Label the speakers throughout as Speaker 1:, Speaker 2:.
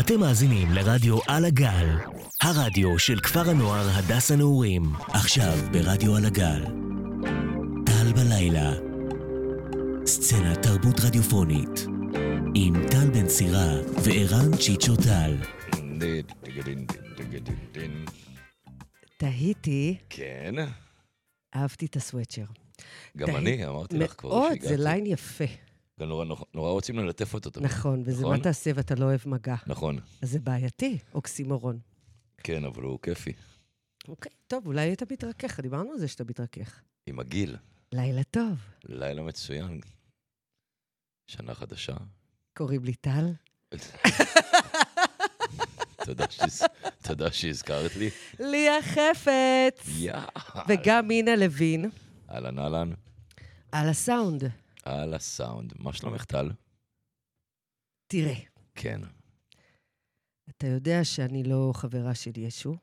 Speaker 1: אתם מאזינים לרדיו על הגל, הרדיו של כפר הנוער הדס הנעורים, עכשיו ברדיו על הגל. טל בלילה, סצנת תרבות רדיופונית, עם טל בן סירה וערן צ'יצ'ו טל.
Speaker 2: תהיתי,
Speaker 3: כן,
Speaker 2: אהבתי את הסוואצ'ר.
Speaker 3: גם
Speaker 2: די.
Speaker 3: אני, אמרתי לך כבר
Speaker 2: מאוד,
Speaker 3: שהגעתי.
Speaker 2: זה ליין יפה.
Speaker 3: גם נורא- נורא- נורא רוצים ללטף אותו. תמיד.
Speaker 2: נכון, וזה
Speaker 3: נכון?
Speaker 2: מה תעשה ואתה לא אוהב מגע.
Speaker 3: נכון,
Speaker 2: אז זה בעייתי, אוקסימורון.
Speaker 3: כן, אבל הוא כיפי.
Speaker 2: אוקיי, טוב, אולי אתה מתרכך, דיברנו על זה שאתה מתרכך.
Speaker 3: עם הגיל,
Speaker 2: לילה טוב,
Speaker 3: לילה מצוין. שנה חדשה.
Speaker 2: קוראים לי טל.
Speaker 3: תודה שהז- תודה שהזכרת לי.
Speaker 2: ליה חפץ!
Speaker 3: יאה.
Speaker 2: וגם מינה לוין,
Speaker 3: אהלן אהלן,
Speaker 2: על הסאונד.
Speaker 3: על הסאונד. מה שלומך טל?
Speaker 2: תראה,
Speaker 3: כן.
Speaker 2: אתה יודע שאני לא חברה של ישו,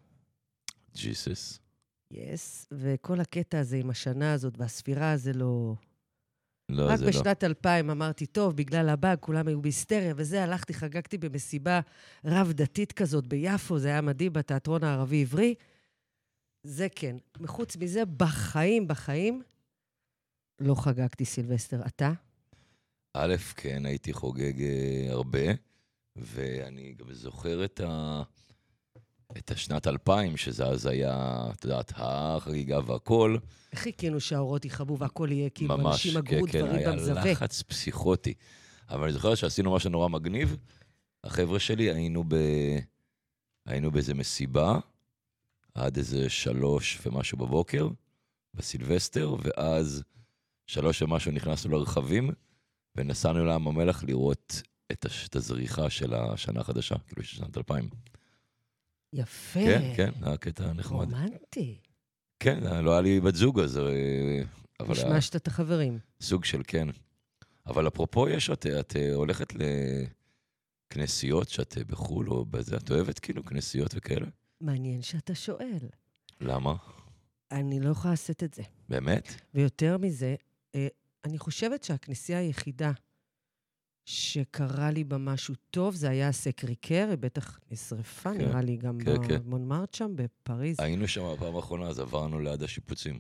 Speaker 3: ג'יסוס.
Speaker 2: יס, וכל הקטע הזה עם השנה הזאת והספירה זה לא...
Speaker 3: לא,
Speaker 2: רק
Speaker 3: זה לא.
Speaker 2: בשנת 2000 אמרתי, טוב, בגלל הבאג, כולם היו בהיסטריה וזה, הלכתי, חגגתי במסיבה רב-דתית כזאת ביפו, זה היה מדהים, בתיאטרון הערבי-עברי. זה כן. מחוץ מזה, בחיים, בחיים, לא חגגתי סילבסטר. אתה?
Speaker 3: א', כן, הייתי חוגג אה, הרבה, ואני גם זוכר את, ה... את השנת 2000, שזה אז היה, את יודעת, החגיגה והכל.
Speaker 2: איך חיכינו שהאורות יכבו והכל יהיה כאילו,
Speaker 3: ממש,
Speaker 2: אנשים אגרו
Speaker 3: כן,
Speaker 2: דברים
Speaker 3: היה
Speaker 2: במזווה.
Speaker 3: לחץ פסיכוטי. אבל אני זוכר שעשינו משהו נורא מגניב. החבר'ה שלי, היינו, ב... היינו באיזה מסיבה, עד איזה שלוש ומשהו בבוקר, בסילבסטר, ואז שלוש ומשהו נכנסנו לרכבים, ונסענו לים המלח לראות את, הש... את הזריחה של השנה החדשה, כאילו של שנת 2000.
Speaker 2: יפה.
Speaker 3: כן, כן, היה קטע נחמד.
Speaker 2: רומנטי.
Speaker 3: כן, לא היה לי בת זוג אז, אה, אבל... היה-
Speaker 2: השמשת את החברים.
Speaker 3: סוג של כן. אבל אפרופו יש, את, את אה, הולכת לכנסיות שאת אה, בחו"ל או בזה, את אוהבת כאילו כנסיות וכאלה?
Speaker 2: מעניין שאתה שואל.
Speaker 3: למה?
Speaker 2: אני לא יכולה לשאת את זה.
Speaker 3: באמת?
Speaker 2: ויותר מזה, אה, אני חושבת שהכנסייה היחידה שקרה לי בה משהו טוב, זה היה הסקריקר, היא בטח נשרפה,
Speaker 3: כן,
Speaker 2: נראה לי גם
Speaker 3: כן, כן.
Speaker 2: במונמרט שם, בפריז.
Speaker 3: היינו שם בפעם האחרונה, אז עברנו ליד השיפוצים.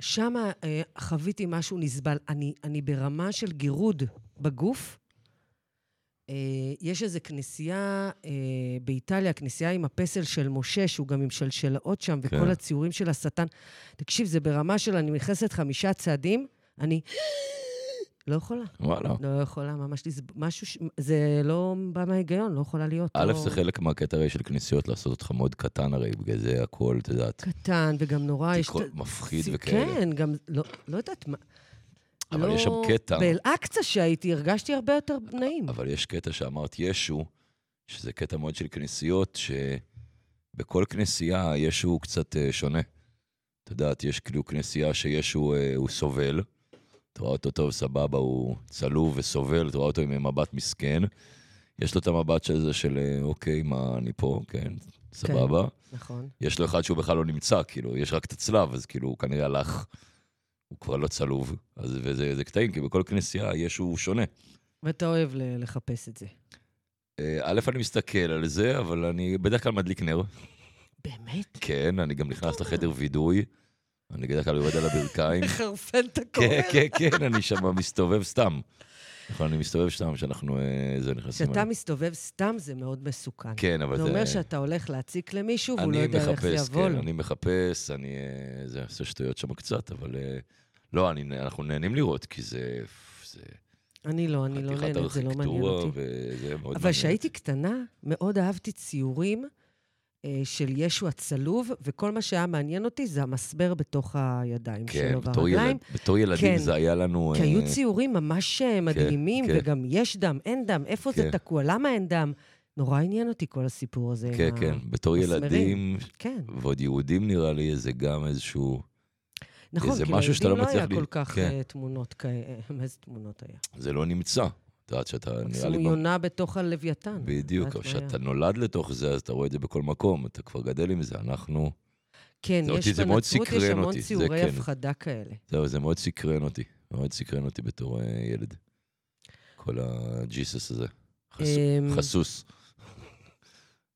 Speaker 2: שם אה, חוויתי משהו נסבל. אני, אני ברמה של גירוד בגוף. אה, יש איזו כנסייה אה, באיטליה, כנסייה עם הפסל של משה, שהוא גם עם שלשלאות שם, וכל
Speaker 3: כן.
Speaker 2: הציורים של השטן. תקשיב, זה ברמה של אני נכנסת חמישה צעדים, אני לא יכולה.
Speaker 3: וואלה.
Speaker 2: לא יכולה ממש, לסב- משהו, ש... זה לא בא מההיגיון, לא יכולה להיות.
Speaker 3: א',
Speaker 2: לא...
Speaker 3: זה חלק מהקטע הרי של כנסיות, לעשות אותך מאוד קטן הרי, בגלל זה הכל, את יודעת,
Speaker 2: קטן וגם נורא, יש...
Speaker 3: תקרות
Speaker 2: את-
Speaker 3: מפחיד
Speaker 2: זה-
Speaker 3: וכאלה.
Speaker 2: כן, גם, לא, לא יודעת מה.
Speaker 3: אבל
Speaker 2: לא-
Speaker 3: יש שם קטע.
Speaker 2: באל-אקצא שהייתי, הרגשתי הרבה יותר נעים.
Speaker 3: אבל יש קטע שאמרת ישו, שזה קטע מאוד של כנסיות, שבכל כנסייה ישו הוא קצת אה, שונה. את יודעת, יש כאילו כנסייה שישו אה, הוא סובל, את רואה אותו טוב, סבבה, הוא צלוב וסובל, את רואה אותו עם מבט מסכן. יש לו את המבט של זה של, אה, אוקיי, מה, אני פה, כן, סבבה.
Speaker 2: נכון.
Speaker 3: יש לו אחד שהוא בכלל לא נמצא, כאילו, יש רק את הצלב, אז כאילו, הוא כנראה הלך, הוא כבר לא צלוב. אז, וזה זה קטעים, כי בכל כנסייה ישו הוא שונה.
Speaker 2: ואתה אוהב ל- לחפש את זה.
Speaker 3: אה, א', אני מסתכל על זה, אבל אני בדרך כלל מדליק נר.
Speaker 2: באמת?
Speaker 3: כן, אני גם נכנס לחדר וידוי. אני בדרך כלל יורד על הברכיים.
Speaker 2: חרפן את הכומר.
Speaker 3: כן, כן, כן, אני שם מסתובב סתם. נכון, אני מסתובב סתם, שאנחנו... אה, זה נכנסים...
Speaker 2: כשאתה
Speaker 3: אליו.
Speaker 2: מסתובב סתם זה מאוד מסוכן.
Speaker 3: כן, אבל
Speaker 2: זה
Speaker 3: זה...
Speaker 2: אומר שאתה הולך להציק למישהו והוא
Speaker 3: אני
Speaker 2: לא יודע איך זה
Speaker 3: מחפש,
Speaker 2: יבוא
Speaker 3: כן,
Speaker 2: לו.
Speaker 3: אני מחפש, אני... אה, זה עושה שטויות שם קצת, אבל... אה, לא, אני- אנחנו נהנים לראות, כי זה... זה
Speaker 2: אני לא, אני לא
Speaker 3: חתיכת
Speaker 2: נהנית, זה לא מעניין
Speaker 3: ארכיטקטורה,
Speaker 2: אותי.
Speaker 3: וזה מאוד מעניין.
Speaker 2: אבל כשהייתי קטנה, מאוד אהבתי ציורים אה, של ישו הצלוב, וכל מה שהיה מעניין אותי זה המסבר בתוך הידיים
Speaker 3: כן,
Speaker 2: שלו
Speaker 3: בתור
Speaker 2: והרגליים.
Speaker 3: ילד- בתור ילדים
Speaker 2: כן.
Speaker 3: זה היה לנו...
Speaker 2: כי
Speaker 3: אה,
Speaker 2: היו ציורים ממש אה, מדהימים,
Speaker 3: כן.
Speaker 2: וגם יש דם, אין דם, איפה זה
Speaker 3: כן.
Speaker 2: תקוע, למה אין דם? נורא עניין אותי כל הסיפור הזה. עם
Speaker 3: כן,
Speaker 2: ה-
Speaker 3: כן, בתור
Speaker 2: מסמרים.
Speaker 3: ילדים,
Speaker 2: כן,
Speaker 3: ועוד יהודים נראה לי, זה גם איזשהו...
Speaker 2: נכון,
Speaker 3: זה
Speaker 2: כי
Speaker 3: משהו שאתה לא
Speaker 2: לילדים לא היה
Speaker 3: מצליח
Speaker 2: כל
Speaker 3: ל-
Speaker 2: כך
Speaker 3: כן.
Speaker 2: אה, תמונות כאלה, איזה תמונות היה?
Speaker 3: זה לא נמצא. את יודעת שאתה נראה
Speaker 2: מקסימום
Speaker 3: לי...
Speaker 2: יונה בתוך הלוויתן.
Speaker 3: בדיוק,
Speaker 2: את
Speaker 3: אבל
Speaker 2: יודעת מה היה?
Speaker 3: כשאתה נולד לתוך זה, אז אתה רואה את זה בכל מקום, אתה כבר גדל עם זה, אנחנו...
Speaker 2: כן,
Speaker 3: זה אותי-
Speaker 2: יש
Speaker 3: זה מאוד
Speaker 2: בנצרות, יש
Speaker 3: סקרן
Speaker 2: המון
Speaker 3: אותי, זה
Speaker 2: ציורי
Speaker 3: כן.
Speaker 2: הפחדה כאלה.
Speaker 3: זהו, זה מאוד סקרן אותי, מאוד סקרן אותי בתור אה, ילד. כל הג'יסוס הזה. חס-
Speaker 2: אמ,
Speaker 3: חסוס.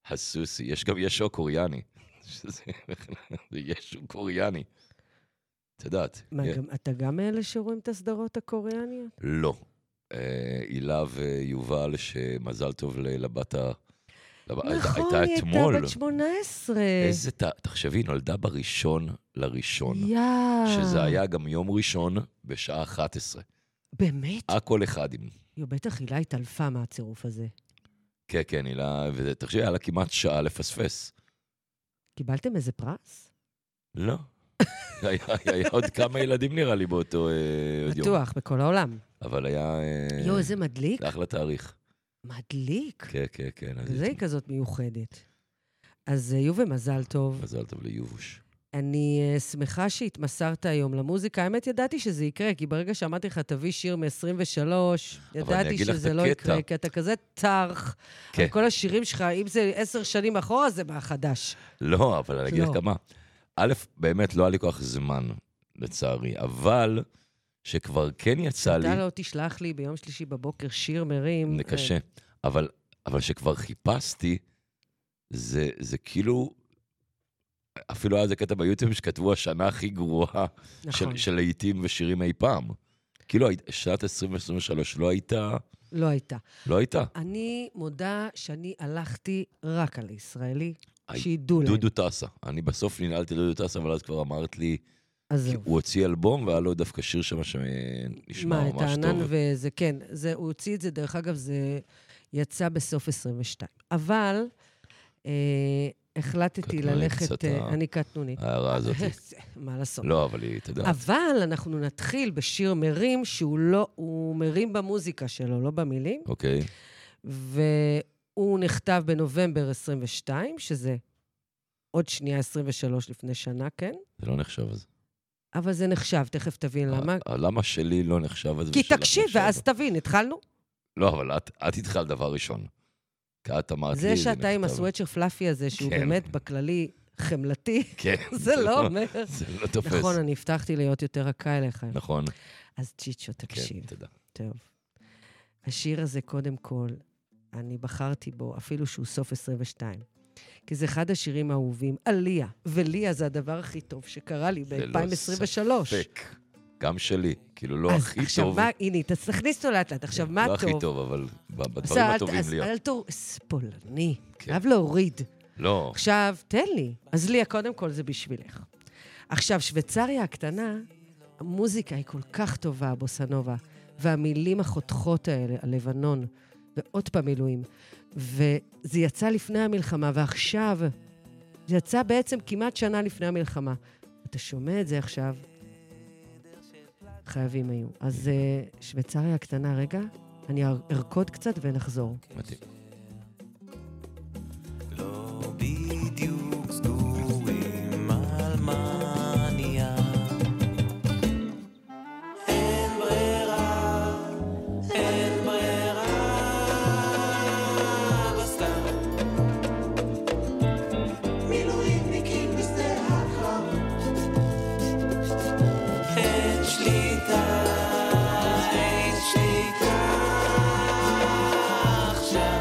Speaker 3: הסוסי. יש גם ישו קוריאני. שזה זה ישו קוריאני. את יודעת.
Speaker 2: מה,
Speaker 3: אה,
Speaker 2: גם, אתה גם מאלה שרואים את הסדרות הקוריאניות?
Speaker 3: לא. אה, הילה ויובל, שמזל טוב ל- לבת ה... לב- הייתה-
Speaker 2: נכון, היא
Speaker 3: אתמול.
Speaker 2: הייתה בת 18.
Speaker 3: איזה... ת- תחשבי, היא נולדה בראשון לראשון.
Speaker 2: יאה.
Speaker 3: שזה היה גם יום ראשון בשעה 11.
Speaker 2: באמת?
Speaker 3: הכל אחד עם...
Speaker 2: יו, בטח הילה התעלפה מהצירוף הזה.
Speaker 3: כן, כן, הילה... וזה- תחשבי, היה לה כמעט שעה לפספס.
Speaker 2: קיבלתם איזה פרס?
Speaker 3: לא. היה, היה עוד כמה ילדים נראה לי באותו אה, עוד יום.
Speaker 2: בטוח, בכל העולם.
Speaker 3: אבל היה... אה,
Speaker 2: יו, איזה מדליק.
Speaker 3: זה אחלה תאריך.
Speaker 2: מדליק.
Speaker 3: כן, כן, כן. אז
Speaker 2: זה היא כזאת מיוחדת. אז אה, יובל, מזל טוב.
Speaker 3: מזל טוב ליובוש.
Speaker 2: אני אה, שמחה שהתמסרת היום למוזיקה. האמת, ידעתי שזה יקרה, כי ברגע שאמרתי לך, תביא שיר מ-23, ידעתי
Speaker 3: אגיד לך את
Speaker 2: שזה לא
Speaker 3: הקטע.
Speaker 2: יקרה, כי אתה כזה טרח.
Speaker 3: כן.
Speaker 2: על כל השירים שלך, אם זה עשר שנים אחורה, זה מהחדש.
Speaker 3: לא, אבל אני אגיד
Speaker 2: לא.
Speaker 3: לך מה. א', באמת לא היה לי כל כך זמן, לצערי, אבל שכבר כן יצא לי,
Speaker 2: אתה לא תשלח לי ביום שלישי בבוקר שיר מרים.
Speaker 3: זה קשה,
Speaker 2: כן.
Speaker 3: אבל, אבל שכבר חיפשתי, זה, זה כאילו, אפילו היה איזה קטע ביוטיוב שכתבו השנה הכי גרועה
Speaker 2: אה,
Speaker 3: של,
Speaker 2: נכון.
Speaker 3: של להיטים ושירים אי פעם. כאילו, היית- שנת 2023 לא הייתה,
Speaker 2: לא הייתה.
Speaker 3: לא הייתה.
Speaker 2: אני מודה שאני הלכתי רק על הישראלי,
Speaker 3: היי,
Speaker 2: שידעו להם.
Speaker 3: דודו טסה. אני בסוף ננעלתי דודו טסה, אבל אז כבר אמרת לי,
Speaker 2: אז
Speaker 3: כי
Speaker 2: זהו.
Speaker 3: הוא הוציא אלבום והיה לו דווקא שיר שם שנשמע
Speaker 2: מה, את
Speaker 3: ממש
Speaker 2: הענן
Speaker 3: טוב.
Speaker 2: וזה, כן. זה, הוא הוציא את זה, דרך אגב, זה יצא בסוף 22. אבל אה, החלטתי
Speaker 3: קטנונית
Speaker 2: ללכת...
Speaker 3: קצת,
Speaker 2: אה,
Speaker 3: אה?
Speaker 2: אני קטנונית.
Speaker 3: ההערה הזאת.
Speaker 2: מה לעשות?
Speaker 3: לא, אבל היא, אתה יודע,
Speaker 2: אה, אבל אנחנו נתחיל בשיר מרים, שהוא לא... הוא מרים במוזיקה שלו, לא במילים,
Speaker 3: אוקיי.
Speaker 2: והוא נכתב בנובמבר 22, שזה עוד שנייה 23 לפני שנה, כן?
Speaker 3: זה לא נחשב אז.
Speaker 2: אבל זה נחשב, תכף תבין למה.
Speaker 3: ה- למה שלי לא נחשב אז?
Speaker 2: כי
Speaker 3: ושלך
Speaker 2: תקשיב,
Speaker 3: נחשב?
Speaker 2: ואז תבין, התחלנו.
Speaker 3: לא, אבל את את התחלת דבר ראשון. כי את אמרת אה, לי...
Speaker 2: זה שאתה עם
Speaker 3: נכתב."
Speaker 2: הסוואצ'ר פלאפי הזה, שהוא
Speaker 3: כן.
Speaker 2: באמת בכללי חמלתי,
Speaker 3: כן.
Speaker 2: זה לא אומר...
Speaker 3: זה לא תופס.
Speaker 2: נכון, אני הבטחתי להיות יותר רכה אליך.
Speaker 3: נכון,
Speaker 2: אז צ'יצ'ו,
Speaker 3: כן,
Speaker 2: תקשיב,
Speaker 3: תודה.
Speaker 2: טוב. השיר הזה, קודם כל, אני בחרתי בו, אפילו שהוא סוף 22. כי זה אחד השירים האהובים על ליה, וליה זה הדבר הכי טוב שקרה לי
Speaker 3: ללא
Speaker 2: ב-2023.
Speaker 3: פק. גם שלי, כאילו לא הכי
Speaker 2: עכשיו,
Speaker 3: טוב.
Speaker 2: מה, הנה, תס- תכניס אותו לאט לאט. עכשיו, מה
Speaker 3: לא
Speaker 2: טוב?
Speaker 3: הכי טוב, אבל ב-
Speaker 2: בסדר,
Speaker 3: בדברים
Speaker 2: אל-
Speaker 3: הטובים
Speaker 2: אז אה-
Speaker 3: לי.
Speaker 2: אל תור... ס- פולני,
Speaker 3: כן.
Speaker 2: חייב להוריד.
Speaker 3: לא,
Speaker 2: עכשיו, תן לי. אז ליה, קודם כל זה בשבילך. עכשיו, שוויצריה הקטנה, המוזיקה היא כל כך טובה, הבוסנובה, והמילים החותכות האלה, הלבנון, ועוד פעם מילואים. וזה יצא לפני המלחמה, ועכשיו, זה יצא בעצם כמעט שנה לפני המלחמה. אתה שומע את זה עכשיו? חייבים היו. אז אה, שוויצריה הקטנה, רגע, אני אר- ארקוד קצת ונחזור.
Speaker 3: מתאים.
Speaker 4: לא בדיוק סגורים על מה נהיה. אין ברירה, אין ברירה, אבל סתם. מילואימניקים בשדה הקרב. אין שליטה, אין שליטה עכשיו.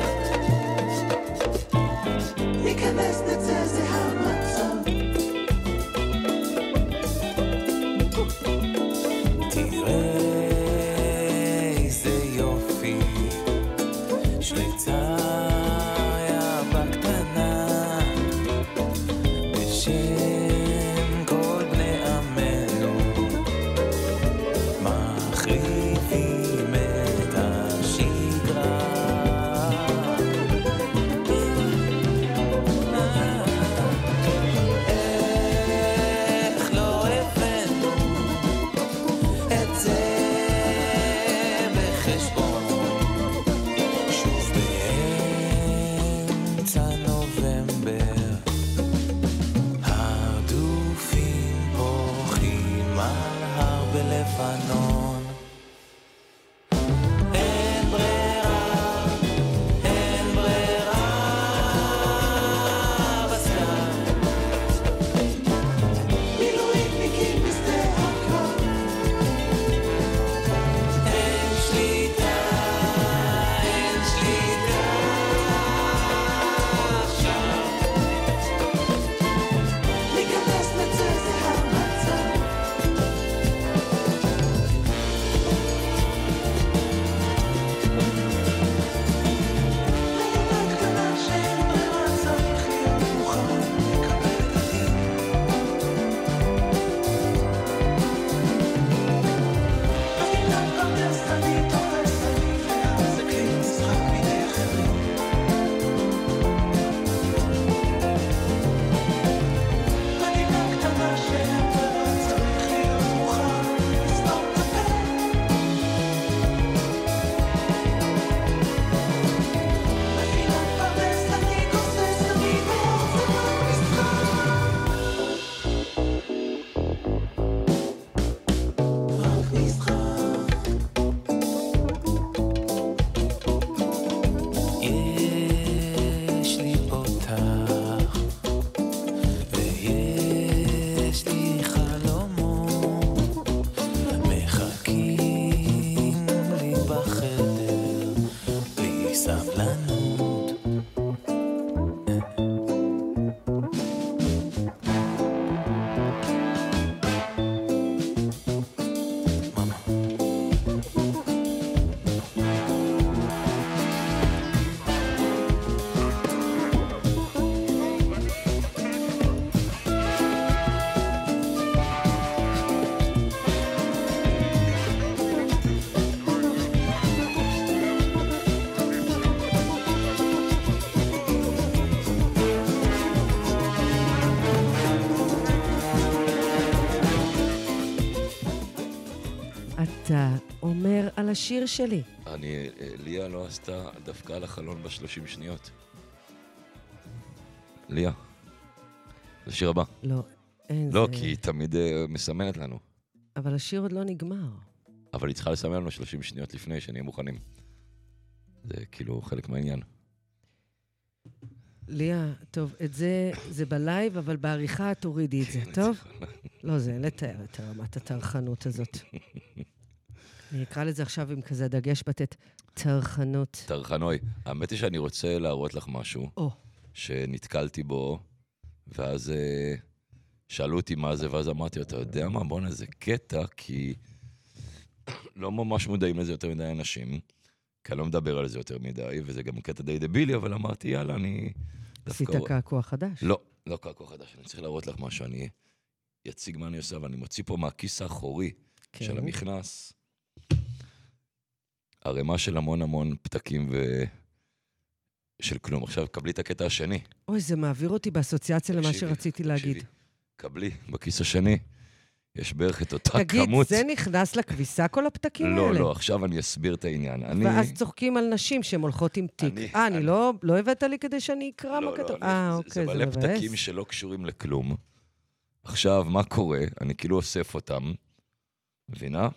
Speaker 2: לשיר שלי.
Speaker 3: אני, אה, ליה לא עשתה דווקא על החלון בשלושים שניות. ליה. לשיר הבא.
Speaker 2: לא, אין
Speaker 3: לא,
Speaker 2: זה...
Speaker 3: כי היא תמיד אה, מסמנת לנו.
Speaker 2: אבל השיר עוד לא נגמר.
Speaker 3: אבל היא צריכה לסמן לנו 30 שניות לפני, שנהיה מוכנים. זה כאילו חלק מהעניין.
Speaker 2: ליה, טוב, את זה, זה בלייב, אבל בעריכה את תורידי את
Speaker 3: כן,
Speaker 2: זה, טוב? לא, זה אין לתאר את רמת הטרחנות הזאת. אני אקרא לזה עכשיו עם כזה דגש בטט, טרחנות.
Speaker 3: טרחנוי, האמת היא שאני רוצה להראות לך משהו
Speaker 2: או,
Speaker 3: שנתקלתי בו, ואז אה, שאלו אותי מה זה, ואז אמרתי לו, אתה יודע מה, בואנה, זה קטע, כי לא ממש מודעים לזה יותר מדי אנשים, כי אני לא מדבר על זה יותר מדי, וזה גם קטע די דבילי, אבל אמרתי, יאללה, אני...
Speaker 2: עשית
Speaker 3: דווקא-
Speaker 2: קעקוע חדש.
Speaker 3: לא, לא קעקוע חדש, אני צריך להראות לך משהו, אני אציג מה אני עושה, אבל אני מוציא פה מהכיס האחורי
Speaker 2: כן.
Speaker 3: של המכנס. ערימה של המון המון פתקים ו... של כלום. עכשיו, קבלי את הקטע השני.
Speaker 2: אוי, זה מעביר אותי באסוציאציה למה
Speaker 3: תקשיבי,
Speaker 2: שרציתי להגיד.
Speaker 3: תקשיבי. קבלי, בכיס השני. יש בערך את אותה
Speaker 2: תגיד,
Speaker 3: כמות.
Speaker 2: זה נכנס לכביסה כל הפתקים
Speaker 3: לא,
Speaker 2: האלה?
Speaker 3: לא, עכשיו אני אסביר את העניין. אני...
Speaker 2: ואז צוחקים על נשים שהן הולכות עם תיק.
Speaker 3: אני-
Speaker 2: אה, אני
Speaker 3: אני-
Speaker 2: לא לא הבאת לי כדי שאני אקרא מה
Speaker 3: לא,
Speaker 2: כתוב?
Speaker 3: אני-
Speaker 2: אה,
Speaker 3: זה-
Speaker 2: אוקיי, זה מבאס.
Speaker 3: זה מלא פתקים שלא קשורים לכלום. עכשיו, מה קורה? אני כאילו אוסף אותם, מבינה?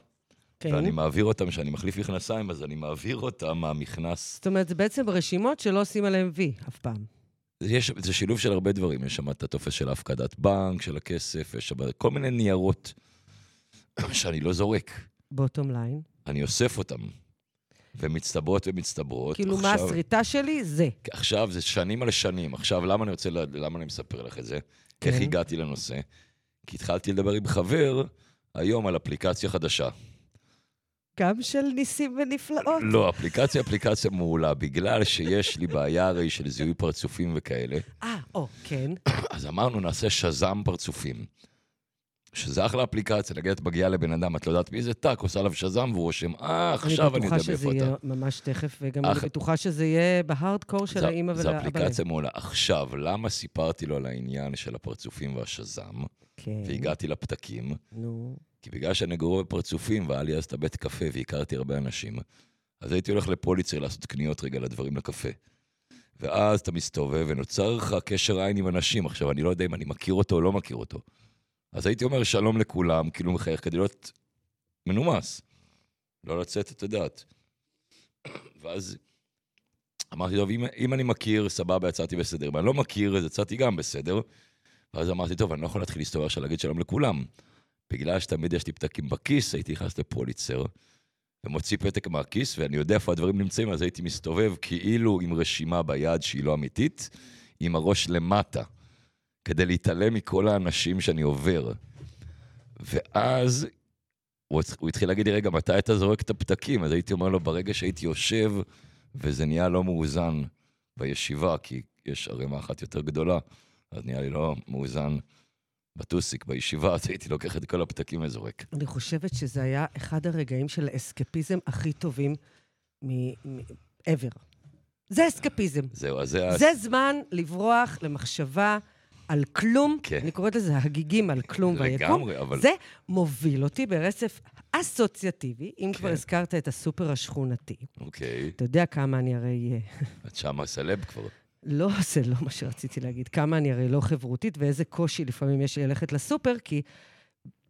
Speaker 2: כן.
Speaker 3: ואני מעביר אותם, כשאני מחליף מכנסיים, אז אני מעביר אותם מהמכנס.
Speaker 2: זאת אומרת, זה בעצם רשימות שלא עושים עליהן וי אף פעם.
Speaker 3: יש, זה שילוב של הרבה דברים, יש שם את הטופס של ההפקדת בנק, של הכסף, יש שם כל מיני ניירות שאני לא זורק,
Speaker 2: בוטום ליין.
Speaker 3: אני אוסף אותם. ומצטברות ומצטברות.
Speaker 2: כאילו, מה
Speaker 3: עכשיו-
Speaker 2: הסריטה שלי? זה.
Speaker 3: עכשיו זה שנים על שנים. עכשיו, למה אני רוצה, ל- למה אני מספר לך את זה?
Speaker 2: כן.
Speaker 3: כן. איך הגעתי לנושא? כי התחלתי לדבר עם חבר היום על אפליקציה חדשה.
Speaker 2: גם של ניסים ונפלאות.
Speaker 3: לא, אפליקציה, אפליקציה מעולה. בגלל שיש לי בעיה הרי של זיהוי פרצופים וכאלה,
Speaker 2: אה, או, כן.
Speaker 3: אז אמרנו, נעשה שז"ם פרצופים. שזה אחלה אפליקציה, נגיד את מגיעה לבן אדם, את לא יודעת מי זה, טאק, עושה עליו שז"ם, והוא רושם, אה, עכשיו אני
Speaker 2: בטוחה
Speaker 3: אדבב
Speaker 2: שזה
Speaker 3: אותה.
Speaker 2: יהיה ממש תכף, וגם אני
Speaker 3: אח-
Speaker 2: בטוחה שזה יהיה בהארדקור של
Speaker 3: זה-
Speaker 2: האימא
Speaker 3: זה
Speaker 2: והאבא.
Speaker 3: אפליקציה מעולה. עכשיו, למה סיפרתי לו על העניין של הפרצופים והשז"ם,
Speaker 2: כן,
Speaker 3: והגעתי לפתקים?
Speaker 2: נו.
Speaker 3: כי בגלל שאני גרוע בפרצופים, והיה לי אז את הבית קפה והכרתי הרבה אנשים, אז הייתי הולך לפוליצר לעשות קניות רגע לדברים לקפה. ואז אתה מסתובב ונוצר לך קשר עין עם אנשים. עכשיו, אני לא יודע אם אני מכיר אותו או לא מכיר אותו. אז הייתי אומר שלום לכולם, כאילו מחייך, כדי להיות מנומס. לא לצאת, את יודעת. ואז אמרתי, טוב, אם, אם אני מכיר, סבבה, יצאתי בסדר. אם אני לא מכיר, אז יצאתי גם בסדר. ואז אמרתי, טוב, אני לא יכול להתחיל להסתובב עכשיו להגיד שלום לכולם. בגלל שתמיד יש לי פתקים בכיס, הייתי נכנס לפוליצר, ומוציא פתק מהכיס, ואני יודע איפה הדברים נמצאים, אז הייתי מסתובב כאילו עם רשימה ביד שהיא לא אמיתית, עם הראש למטה, כדי להתעלם מכל האנשים שאני עובר. ואז הוא, הצ- הוא התחיל להגיד לי, רגע, מתי אתה זורק את הפתקים? אז הייתי אומר לו, ברגע שהייתי יושב, וזה נהיה לא מאוזן בישיבה, כי יש ערימה אחת יותר גדולה, אז נהיה לי לא מאוזן בטוסיק בישיבה, אז הייתי לוקח את כל הפתקים וזורק.
Speaker 2: אני חושבת שזה היה אחד הרגעים של האסקפיזם הכי טובים מ-ever. זה אסקפיזם.
Speaker 3: זהו, אז זה...
Speaker 2: זה זמן לברוח למחשבה על כלום.
Speaker 3: כן.
Speaker 2: אני קוראת לזה הגיגים על כלום
Speaker 3: לגמרי,
Speaker 2: ויקום.
Speaker 3: אבל-
Speaker 2: זה מוביל אותי ברצף אסוציאטיבי, אם כבר
Speaker 3: כן.
Speaker 2: הזכרת את הסופר השכונתי.
Speaker 3: אוקיי,
Speaker 2: אתה יודע כמה אני הרי... אה,
Speaker 3: את שמה סלב כבר.
Speaker 2: לא, זה לא מה שרציתי להגיד. כמה אני הרי לא חברותית, ואיזה קושי לפעמים יש לי ללכת לסופר, כי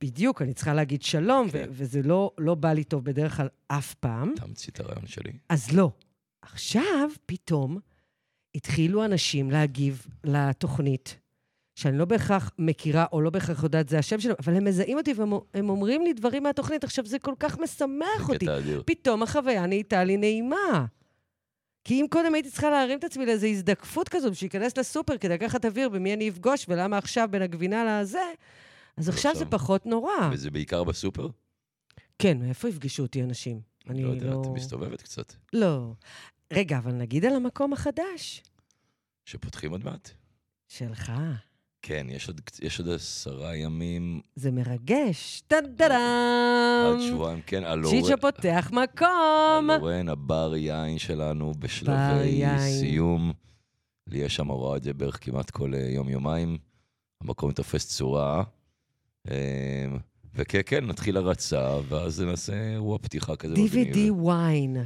Speaker 2: בדיוק, אני צריכה להגיד שלום, ו-
Speaker 3: כן.
Speaker 2: וזה לא, לא בא לי טוב בדרך כלל אף פעם.
Speaker 3: תמציא את הרעיון שלי.
Speaker 2: אז לא. עכשיו, פתאום, התחילו אנשים להגיב לתוכנית, שאני לא בהכרח מכירה או לא בהכרח יודעת זה השם שלהם, אבל הם מזהים אותי והם הם אומרים לי דברים מהתוכנית. עכשיו, זה כל כך משמח
Speaker 3: זה
Speaker 2: אותי.
Speaker 3: קטע אדיר.
Speaker 2: פתאום החוויה נהייתה לי נעימה. כי אם קודם הייתי צריכה להרים את עצמי לאיזו הזדקפות כזו בשביל להיכנס לסופר כדי לקחת אוויר במי אני אפגוש ולמה עכשיו בין הגבינה לזה, אז עכשיו זה
Speaker 3: עכשיו.
Speaker 2: פחות נורא.
Speaker 3: לא וזה בעיקר בסופר?
Speaker 2: כן, מאיפה יפגשו אותי אנשים? אני
Speaker 3: לא
Speaker 2: לא...
Speaker 3: יודע, את מסתובבת קצת.
Speaker 2: לא. רגע, אבל נגיד על המקום החדש
Speaker 3: שפותחים עוד מעט?
Speaker 2: שלך.
Speaker 3: כן, יש עוד- יש עוד עשרה ימים,
Speaker 2: זה מרגש. טאדאדאם!
Speaker 3: עד שבועיים, כן,
Speaker 2: צ'יצ'ו
Speaker 3: הלורן-
Speaker 2: פותח מקום!
Speaker 3: הלורן, הבר יין שלנו,
Speaker 2: בר
Speaker 3: בשלבי
Speaker 2: יין.
Speaker 3: סיום. לי יש שם הוראה את זה בערך כמעט כל אה, יום-יומיים. המקום תופס צורה. אה, וכן, כן, נתחיל הרצה, ואז נעשה אירוע פתיחה כזה.
Speaker 2: DVD
Speaker 3: מגניב.
Speaker 2: ויין.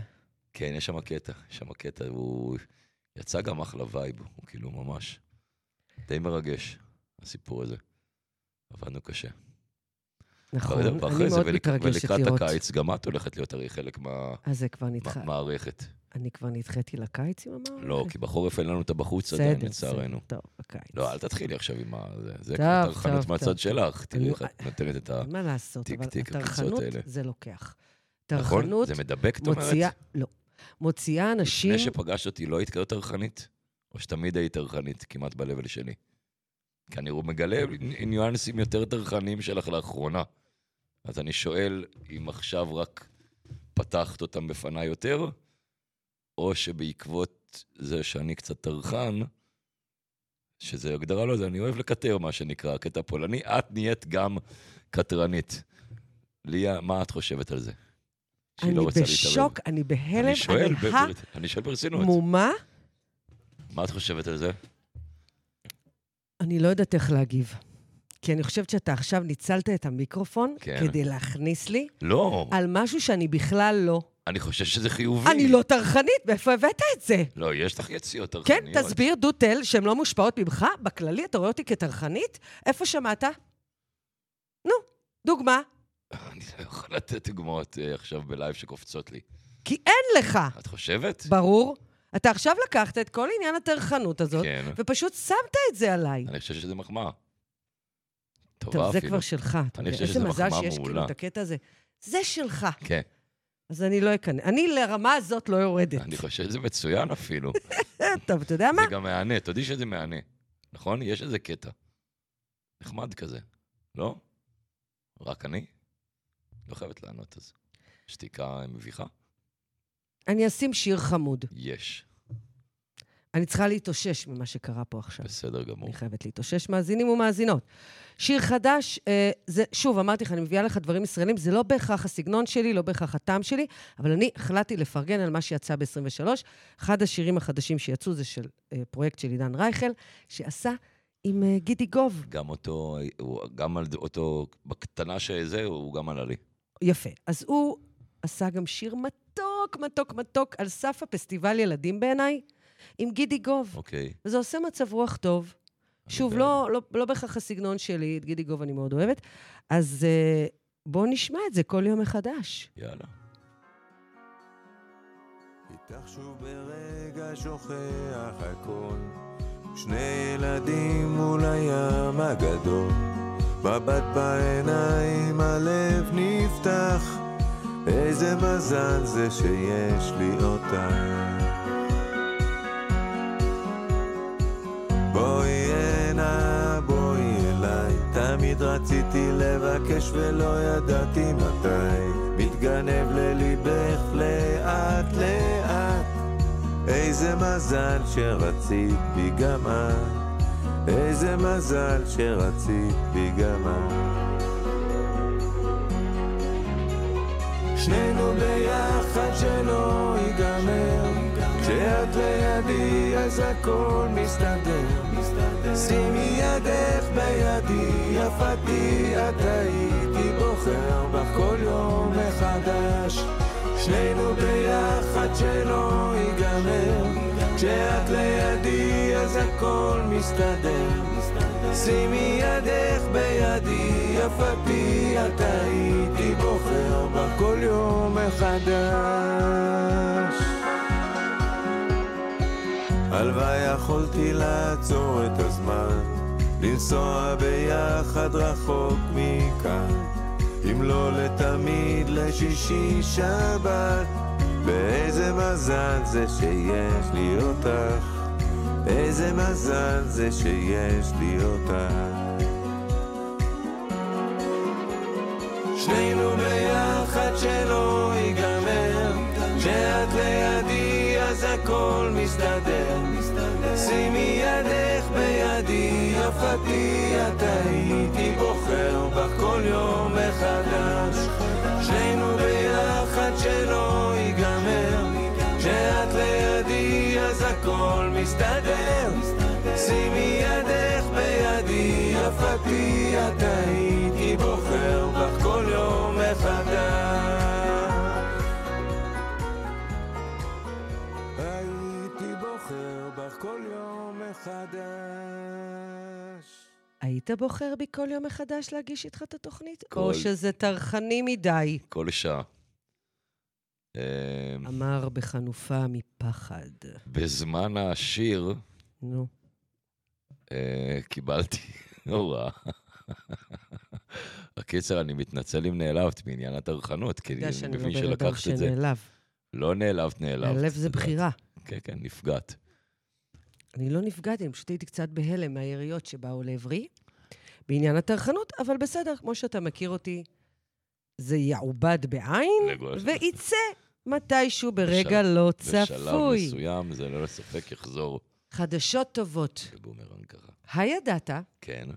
Speaker 3: כן, יש שם קטע, יש שם קטע, הוא יצא גם אחלה וייב, הוא כאילו ממש די מרגש, הסיפור הזה. עבדנו קשה.
Speaker 2: נכון,
Speaker 3: ואחרי זה- ואחרי
Speaker 2: אני
Speaker 3: זה
Speaker 2: מאוד
Speaker 3: ולק-
Speaker 2: מתרגשת
Speaker 3: ולקראת
Speaker 2: לראות.
Speaker 3: הקיץ, גם את הולכת להיות הרי חלק מה-
Speaker 2: אז זה כבר
Speaker 3: מה-
Speaker 2: נדחה.
Speaker 3: מהמערכת.
Speaker 2: אני כבר נדחיתי לקיץ עם המערכת?
Speaker 3: לא, כי בחורף אין לנו את הבחוץ עדיין,
Speaker 2: אוקיי. בסדר,
Speaker 3: לצערנו.
Speaker 2: בסדר, טוב, בקיץ.
Speaker 3: לא, אל תתחילי עכשיו עם ה... זה- זה
Speaker 2: טוב,
Speaker 3: כבר
Speaker 2: טוב,
Speaker 3: טרחנות
Speaker 2: טוב.
Speaker 3: מהצד שלך, תראי
Speaker 2: נו,
Speaker 3: איך את נותנת את ה...
Speaker 2: אין מה לעשות,
Speaker 3: טיק,
Speaker 2: אבל
Speaker 3: טיק, הקפיצות
Speaker 2: הטרחנות
Speaker 3: האלה.
Speaker 2: זה לוקח.
Speaker 3: נכון?
Speaker 2: טרחנות
Speaker 3: זה מדבק, את אומרת?
Speaker 2: מוציאה... לא. מוציאה אנשים...
Speaker 3: לפני שפגשת אותי, לא היית כזאת טרחנית? או שתמיד היית טרחנית, כמעט ב-level שלי? כי אני מגלה ניואנסים יותר טרחניים שלך לאחרונה. אז אני שואל אם עכשיו רק פתחת אותם בפניי יותר, או שבעקבות זה שאני קצת טרחן, שזה הגדרה לא זה, אני אוהב לקטר, מה שנקרא, קטע פולני, את נהיית גם קטרנית. ליה, מה את חושבת על זה? שהיא
Speaker 2: אני
Speaker 3: לא רוצה להתערב.
Speaker 2: בשוק, אני בהלם,
Speaker 3: אני שואל,
Speaker 2: אני
Speaker 3: בבר... אני שואל ברצינות.
Speaker 2: המומה.
Speaker 3: מה את חושבת על זה?
Speaker 2: אני לא יודעת איך להגיב. כי אני חושבת שאתה עכשיו ניצלת את המיקרופון
Speaker 3: כן.
Speaker 2: כדי להכניס לי
Speaker 3: לא,
Speaker 2: על משהו שאני בכלל לא.
Speaker 3: אני חושב שזה חיובי.
Speaker 2: אני לא טרחנית, מאיפה הבאת את זה?
Speaker 3: לא, יש לך יציאות
Speaker 2: כן,
Speaker 3: טרחניות.
Speaker 2: תסביר דוטל שהן לא מושפעות ממך? בכללי, אתה רואה אותי כטרחנית? איפה שמעת? נו, דוגמה.
Speaker 3: אני לא יכול לתת דוגמאות אה, עכשיו בלייב שקופצות לי.
Speaker 2: כי אין לך.
Speaker 3: את חושבת?
Speaker 2: ברור. אתה עכשיו לקחת את כל עניין הטרחנות הזאת,
Speaker 3: כן.
Speaker 2: ופשוט שמת את זה עליי.
Speaker 3: אני חושב שזה מחמאה. טובה
Speaker 2: טוב, זה
Speaker 3: אפילו.
Speaker 2: כבר שלך. אתה
Speaker 3: אני
Speaker 2: יודע,
Speaker 3: חושב
Speaker 2: איזה
Speaker 3: שזה
Speaker 2: מזל
Speaker 3: מחמאה
Speaker 2: שיש כאילו
Speaker 3: מעולה.
Speaker 2: את הקטע הזה. זה שלך.
Speaker 3: כן,
Speaker 2: אז אני לא אכנס. אני לרמה הזאת לא יורדת.
Speaker 3: אני חושב שזה מצוין אפילו.
Speaker 2: טוב, אתה יודע מה?
Speaker 3: זה גם מהנה, תודי שזה מהנה. נכון? יש איזה קטע. נחמד כזה, לא? רק אני? לא חייבת לענות אז. שתיקה מביכה?
Speaker 2: אני אשים שיר חמוד.
Speaker 3: יש.
Speaker 2: אני צריכה להתאושש ממה שקרה פה עכשיו.
Speaker 3: בסדר גמור.
Speaker 2: אני חייבת להתאושש, מאזינים ומאזינות. שיר חדש, אה, זה, שוב, אמרתי לך, אני מביאה לך דברים ישראלים, זה לא בהכרח הסגנון שלי, לא בהכרח הטעם שלי, אבל אני החלטתי לפרגן על מה שיצא ב-23. אחד השירים החדשים שיצאו זה של אה, פרויקט של עידן רייכל, שעשה עם אה, גידי גוב.
Speaker 3: גם אותו, הוא- גם על אותו, בקטנה שזה, הוא גם עלה לי.
Speaker 2: יפה. אז הוא עשה גם שיר מתוק, מתוק, מתוק, על סף הפסטיבל ילדים בעיניי, עם גידי גוב.
Speaker 3: אוקיי.
Speaker 2: וזה עושה מצב רוח טוב. שוב,
Speaker 3: בעד.
Speaker 2: לא, לא, לא בהכרח הסגנון שלי, את גידי גוב אני מאוד אוהבת. אז uh, בואו נשמע את זה כל יום מחדש.
Speaker 3: יאללה.
Speaker 5: איתך שוב ברגע שוכח הכל שני ילדים מול הים הגדול מבט בעיניים הלב נפתח איזה מזל זה שיש לי אותך בואי הנה, בואי אליי תמיד רציתי לבקש ולא ידעתי מתי מתגנב לליבך לאט לאט איזה מזל שרצית בי גם את איזה מזל שרצית בי גם את שנינו ביחד שלא ייגמר כשאת לידי אז הכל מסתדר שימי ידך בידי יפתי את הייתי בוחר בך כל יום מחדש שנינו ביחד שלא ייגמר כשאת לידי אז הכל מסתדר שימי ידך בידי יפתי את הייתי בוחר בך כל יום מחדש הלוואי יכולתי לעצור את הזמן, לנסוע ביחד רחוק מכאן, אם לא לתמיד לשישי שבת, ואיזה מזל זה שיש לי אותך, איזה מזל זה שיש לי אותך. שנינו ביחד שלא ייגמר כשאת לידי אז הכל מסתדר שימי ידך בידי יפתי את הייתי בוחר בך כל יום מחדש שנינו ביחד שלא ייגמר כשאת לידי אז הכל מסתדר שימי ידך בידי יפתי את הייתי בוחר בך כל מחדש.
Speaker 2: היית בוחר בי כל יום מחדש להגיש איתך את התוכנית? או
Speaker 3: כל-
Speaker 2: שזה טרחני מדי?
Speaker 3: כל שעה. אה,
Speaker 2: אמר בחנופה מפחד.
Speaker 3: בזמן השיר
Speaker 2: נו.
Speaker 3: אה, קיבלתי הוראה. הקיצר, אני מתנצל אם נעלבת מעניין הטרחנות, כי
Speaker 2: אתה יודע
Speaker 3: אני
Speaker 2: שאני
Speaker 3: מבין
Speaker 2: לא בן אדם
Speaker 3: שלקחת את זה.
Speaker 2: שנעלב.
Speaker 3: לא נעלבת, נעלבת.
Speaker 2: הלב זה בחירה.
Speaker 3: כן, כן, נפגעת.
Speaker 2: אני לא נפגעתי, אני פשוט הייתי קצת בהלם מהיריות שבאו לעברי, בעניין הטרחנות, אבל בסדר, כמו שאתה מכיר אותי, זה יעובד בעין,
Speaker 3: לגוע-
Speaker 2: וייצא מתישהו ברגע
Speaker 3: בשלב-
Speaker 2: לא
Speaker 3: בשלב
Speaker 2: צפוי.
Speaker 3: מסוים זה ללא ספק יחזור
Speaker 2: חדשות טובות.
Speaker 3: בבומרנג ככה.
Speaker 2: הידעת
Speaker 3: כן,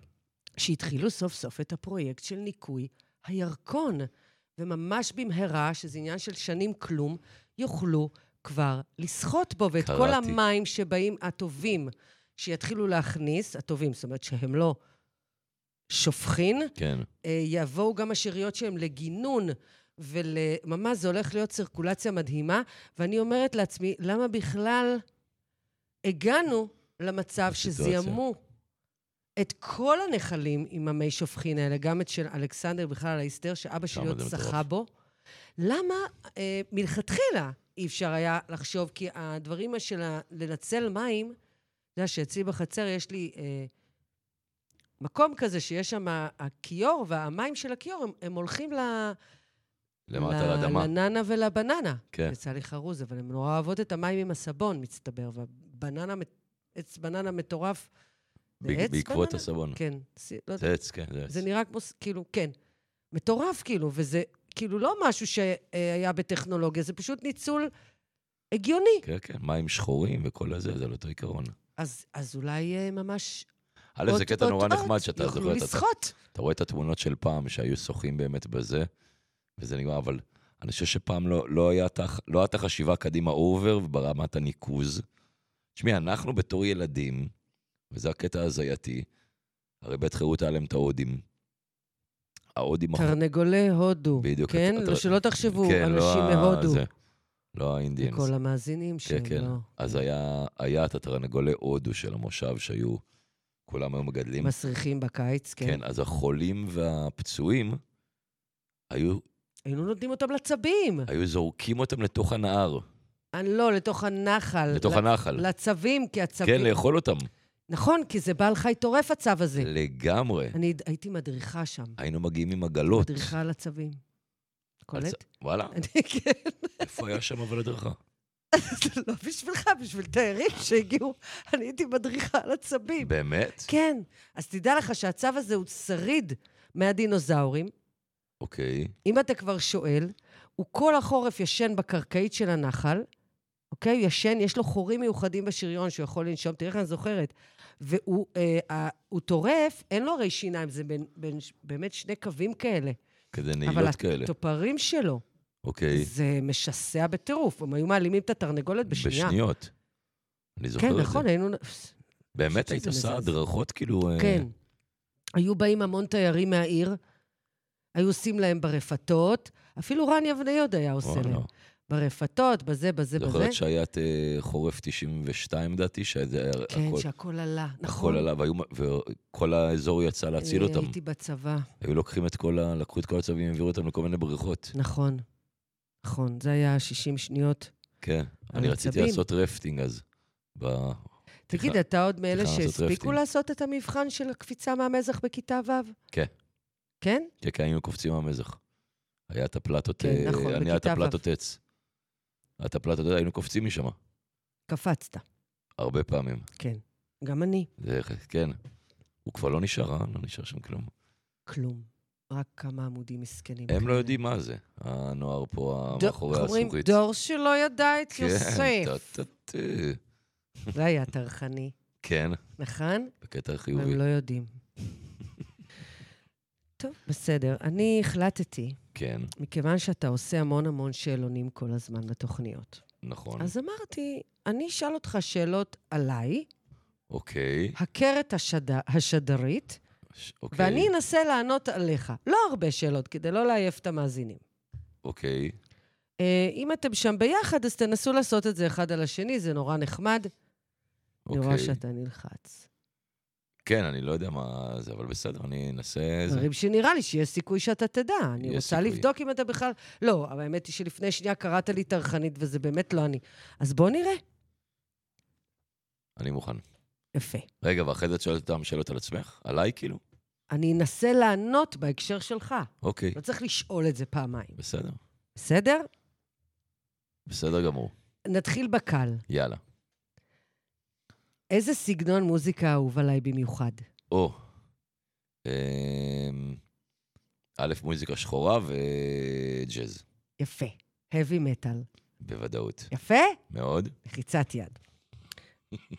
Speaker 2: שהתחילו סוף סוף את הפרויקט של ניקוי הירקון, וממש במהרה, שזה עניין של שנים כלום, יוכלו כבר לסחוט בו, ואת כל
Speaker 3: קראתי.
Speaker 2: המים שבאים, הטובים, שיתחילו להכניס, הטובים, זאת אומרת שהם לא שופכין,
Speaker 3: כן.
Speaker 2: אה, יבואו גם השאריות שהן לגינון. וממש זה הולך להיות צירקולציה מדהימה, ואני אומרת לעצמי, למה בכלל הגענו למצב
Speaker 3: לסיטואציה.
Speaker 2: שזיהמו את כל הנחלים עם המי שופכין האלה, גם את של אלכסנדר בכלל על ההיסטר, שאבא שלי
Speaker 3: למה
Speaker 2: עוד
Speaker 3: זה
Speaker 2: צחה
Speaker 3: מטורף?
Speaker 2: בו. למה אה, מלכתחילה אי אפשר היה לחשוב, כי הדברים של ה- לנצל מים, אתה יודע שאצלי בחצר יש לי אה, מקום כזה שיש שם הכיור, והמים של הכיור, הם, הם הולכים ל...
Speaker 3: למטה
Speaker 2: ל-
Speaker 3: לאדמה.
Speaker 2: לננה ולבננה.
Speaker 3: כן.
Speaker 2: יצא לי חרוז, אבל הן נורא אוהבות את המים עם הסבון, מסתבר, והבננה, מט- עץ בננה מטורף. זה
Speaker 3: ב-
Speaker 2: עץ
Speaker 3: בעקבות
Speaker 2: בננה?
Speaker 3: הסבון.
Speaker 2: כן, סי- לא
Speaker 3: זה עץ, כן, זה
Speaker 2: זה
Speaker 3: עץ.
Speaker 2: נראה כמו, ס- כאילו, כן. מטורף, כאילו, וזה כאילו לא משהו שהיה בטכנולוגיה, זה פשוט ניצול הגיוני.
Speaker 3: כן, כן, מים שחורים וכל הזה, זה על אותו עיקרון.
Speaker 2: אז, אז אולי אה, ממש...
Speaker 3: א', זה קטע נורא
Speaker 2: אוטוט
Speaker 3: נחמד שאתה זוכר
Speaker 2: יוכלו
Speaker 3: את הת-
Speaker 2: לסחוט.
Speaker 3: אתה רואה את התמונות של פעם שהיו שוחים באמת בזה, וזה נגמר, אבל אני חושב שפעם לא, לא, היה תח, לא הייתה חשיבה קדימה אובר ברמת הניקוז. תשמעי, אנחנו בתור ילדים, וזה הקטע ההזייתי, הרי בית חירות היה להם את ההודים. ההודים... החו-
Speaker 2: תרנגולי הודו.
Speaker 3: בדיוק,
Speaker 2: כן?
Speaker 3: אתה-
Speaker 2: לא, שלא תחשבו,
Speaker 3: כן, לא
Speaker 2: אנשים
Speaker 3: ה-
Speaker 2: מהודו.
Speaker 3: זה, לא האינדיאנס.
Speaker 2: לכל המאזינים
Speaker 3: כן,
Speaker 2: שהם
Speaker 3: כן.
Speaker 2: לא...
Speaker 3: אז היה, היה את התרנגולי הודו של המושב שהיו, כולם היו מגדלים.
Speaker 2: מסריחים בקיץ, כן.
Speaker 3: כן, אז החולים והפצועים היו
Speaker 2: היינו נותנים אותם לצבים.
Speaker 3: היו זורקים אותם לתוך הנהר,
Speaker 2: אה, לא, לתוך הנחל.
Speaker 3: לתוך
Speaker 2: ל-
Speaker 3: הנחל.
Speaker 2: לצבים, כי הצבים...
Speaker 3: כן, לאכול אה, אותם.
Speaker 2: נכון, כי זה בעל חי טורף, הצב הזה.
Speaker 3: לגמרי.
Speaker 2: אני הייתי מדריכה שם.
Speaker 3: היינו מגיעים עם עגלות.
Speaker 2: מדריכה על הצבים. קולט?
Speaker 3: אז- וואלה,
Speaker 2: אני כן,
Speaker 3: איפה היה שם אבל הדרכה?
Speaker 2: זה לא בשבילך, בשביל תיירים שהגיעו, אני הייתי מדריכה על עצבים.
Speaker 3: באמת?
Speaker 2: כן, אז תדע לך שהצו הזה הוא שריד מהדינוזאורים.
Speaker 3: אוקיי.
Speaker 2: אם אתה כבר שואל, הוא כל החורף ישן בקרקעית של הנחל, אוקיי? הוא ישן, יש לו חורים מיוחדים בשריון שהוא יכול לנשום, תראה איך אני זוכרת. והוא אה, אה, הוא טורף, אין לו הרי שיניים, זה בין, בין, ש- באמת שני קווים כאלה.
Speaker 3: כזה נעילות כאלה.
Speaker 2: אבל הטופרים שלו,
Speaker 3: אוקיי.
Speaker 2: זה משסע בטירוף. הם היו מעלימים את התרנגולת בשנייה.
Speaker 3: בשניות. אני זוכר
Speaker 2: כן,
Speaker 3: את
Speaker 2: נכון,
Speaker 3: זה.
Speaker 2: היינו...
Speaker 3: באמת
Speaker 2: שזה
Speaker 3: היית עושה
Speaker 2: מזעזע.
Speaker 3: הדרכות כאילו... אה,
Speaker 2: כן. היו באים המון תיירים מהעיר, היו עושים להם ברפתות, אפילו רן יבניוד היה עושה
Speaker 3: וואלה.
Speaker 2: להם. ברפתות, בזה, בזה, בזה.
Speaker 3: זוכרת שהיה את אה, חורף 92 דעתי, שזה היה
Speaker 2: כן,
Speaker 3: הכל-
Speaker 2: שהכל עלה, נכון.
Speaker 3: הכל עליו, היו מ- וכל האזור יצא להציל
Speaker 2: אה,
Speaker 3: אותם.
Speaker 2: הייתי בצבא,
Speaker 3: היו לוקחים את כל ה... לקחו את כל הצווים, העבירו אותם לכל מיני בריכות.
Speaker 2: נכון. נכון, זה היה 60 שניות.
Speaker 3: כן, אני רציתי
Speaker 2: עצבים.
Speaker 3: לעשות רפטינג אז. ב...
Speaker 2: תגיד, אתה עוד מאלה
Speaker 3: צריכה לעשות
Speaker 2: שהספיקו
Speaker 3: רפטינג.
Speaker 2: לעשות את המבחן של הקפיצה מהמזח בכיתה ו'?
Speaker 3: כן.
Speaker 2: כן?
Speaker 3: כן, כן, היינו קופצים מהמזח. היה את הפלטות...
Speaker 2: כן,
Speaker 3: אה,
Speaker 2: נכון,
Speaker 3: אני היה את
Speaker 2: בכיתה ו'.
Speaker 3: הפלטות עץ. היה את הפלטות, היינו קופצים משם,
Speaker 2: קפצת.
Speaker 3: הרבה פעמים.
Speaker 2: כן. גם אני.
Speaker 3: זה, כן. הוא כבר לא נשאר, אה? לא נשאר שם כלום.
Speaker 2: כלום. רק כמה עמודים מסכנים.
Speaker 3: הם לא
Speaker 2: כאלה.
Speaker 3: יודעים מה זה, הנוער פה,
Speaker 2: דור-
Speaker 3: מאחורי
Speaker 2: איך אומרים,
Speaker 3: הזכוכית.
Speaker 2: דור שלא ידע את
Speaker 3: כן,
Speaker 2: יוסף.
Speaker 3: טה-טה-טה.
Speaker 2: זה היה טרחני,
Speaker 3: כן,
Speaker 2: נכון?
Speaker 3: בקטע חיובי.
Speaker 2: והם לא יודעים. טוב, בסדר. אני החלטתי,
Speaker 3: כן,
Speaker 2: מכיוון שאתה עושה המון המון שאלונים כל הזמן בתוכניות,
Speaker 3: נכון.
Speaker 2: אז אמרתי, אני אשאל אותך שאלות עליי,
Speaker 3: אוקיי.
Speaker 2: הכר את השד... השדרית,
Speaker 3: ש- אוקיי.
Speaker 2: ואני אנסה לענות עליך. לא הרבה שאלות, כדי לא לעייף את המאזינים.
Speaker 3: אוקיי.
Speaker 2: אה, אם אתם שם ביחד, אז תנסו לעשות את זה אחד על השני, זה נורא נחמד. אני
Speaker 3: אוקיי.
Speaker 2: רואה שאתה נלחץ.
Speaker 3: כן, אני לא יודע מה זה, אבל בסדר, אני אנסה... זה.
Speaker 2: דברים שנראה לי שיש סיכוי שאתה תדע. אני
Speaker 3: יש
Speaker 2: רוצה
Speaker 3: סיכוי.
Speaker 2: לבדוק אם אתה בכלל... לא, אבל האמת היא שלפני שנייה קראת לי טרחנית, וזה באמת לא אני. אז בוא נראה.
Speaker 3: אני מוכן.
Speaker 2: יפה.
Speaker 3: רגע, ואחרי זה את שואלת אותם שאלות על עצמך? עליי כאילו?
Speaker 2: אני אנסה לענות בהקשר שלך.
Speaker 3: אוקיי,
Speaker 2: לא צריך לשאול את זה פעמיים,
Speaker 3: בסדר.
Speaker 2: בסדר?
Speaker 3: בסדר גמור.
Speaker 2: נתחיל בקל.
Speaker 3: יאללה.
Speaker 2: איזה סגנון מוזיקה אהוב עליי במיוחד?
Speaker 3: או. אמ, א', מוזיקה שחורה וג'אז,
Speaker 2: יפה. heavy metal.
Speaker 3: בוודאות.
Speaker 2: יפה?
Speaker 3: מאוד.
Speaker 2: לחיצת יד.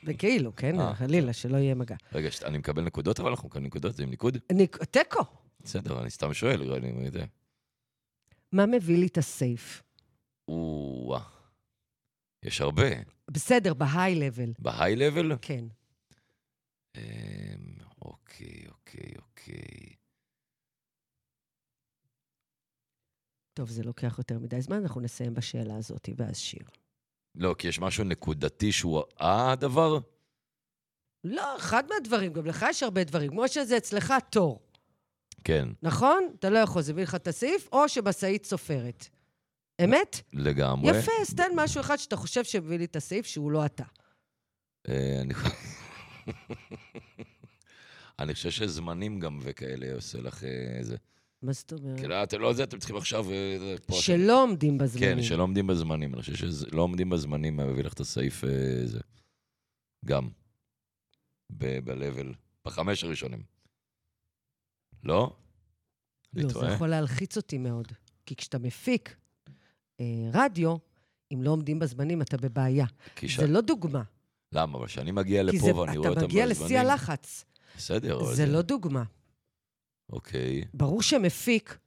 Speaker 2: וכאילו, כן?
Speaker 3: אה.
Speaker 2: חלילה, שלא יהיה מגע.
Speaker 3: רגע, שת- אני מקבל נקודות, אבל אנחנו מקבלים נקודות, זה עם ניקוד?
Speaker 2: ניק- תיקו.
Speaker 3: בסדר, אני סתם שואל, אני יודע.
Speaker 2: מה מביא לי את הסייף?
Speaker 3: או-אה. יש הרבה.
Speaker 2: בסדר, ב-high level.
Speaker 3: בהיי לבל?
Speaker 2: כן.
Speaker 3: אמ, אוקיי, אוקיי, אוקיי.
Speaker 2: טוב, זה לוקח יותר מדי זמן, אנחנו נסיים בשאלה הזאת, ואז שיר.
Speaker 3: לא, כי יש משהו נקודתי שהוא הדבר?
Speaker 2: לא, אחד מהדברים, גם לך יש הרבה דברים. כמו שזה אצלך תור,
Speaker 3: כן,
Speaker 2: נכון? אתה לא יכול, זה מביא לך את הסעיף, או שבסעית סופרת. אמת?
Speaker 3: לגמרי.
Speaker 2: יפה, אז תן משהו אחד שאתה חושב שמביא לי את הסעיף, שהוא לא אתה.
Speaker 3: אה, אני... אני חושב שזמנים גם וכאלה עושה לך אה, זה.
Speaker 2: מה זאת אומרת?
Speaker 3: כאילו, אתם לא זה, אתם צריכים עכשיו... אה, זה, פה אתם-
Speaker 2: שלא עומדים בזמנים.
Speaker 3: כן, שלא עומדים בזמנים. אני חושב שלא עומדים בזמנים, מביא לך את הסעיף אה, זה. גם. ב-level. בחמש הראשונים. לא? אני
Speaker 2: לא,
Speaker 3: טועה?
Speaker 2: זה יכול להלחיץ אותי מאוד. כי כשאתה מפיק אה, רדיו, אם לא עומדים בזמנים, אתה בבעיה.
Speaker 3: כי ש-
Speaker 2: זה לא דוגמה.
Speaker 3: למה? אבל כשאני מגיע
Speaker 2: כי זה,
Speaker 3: לפה ואני רואה אותם בזמנים...
Speaker 2: אתה מגיע לשיא הלחץ.
Speaker 3: בסדר, אבל
Speaker 2: זה לא דוגמה.
Speaker 3: אוקיי,
Speaker 2: ברור שמפיק,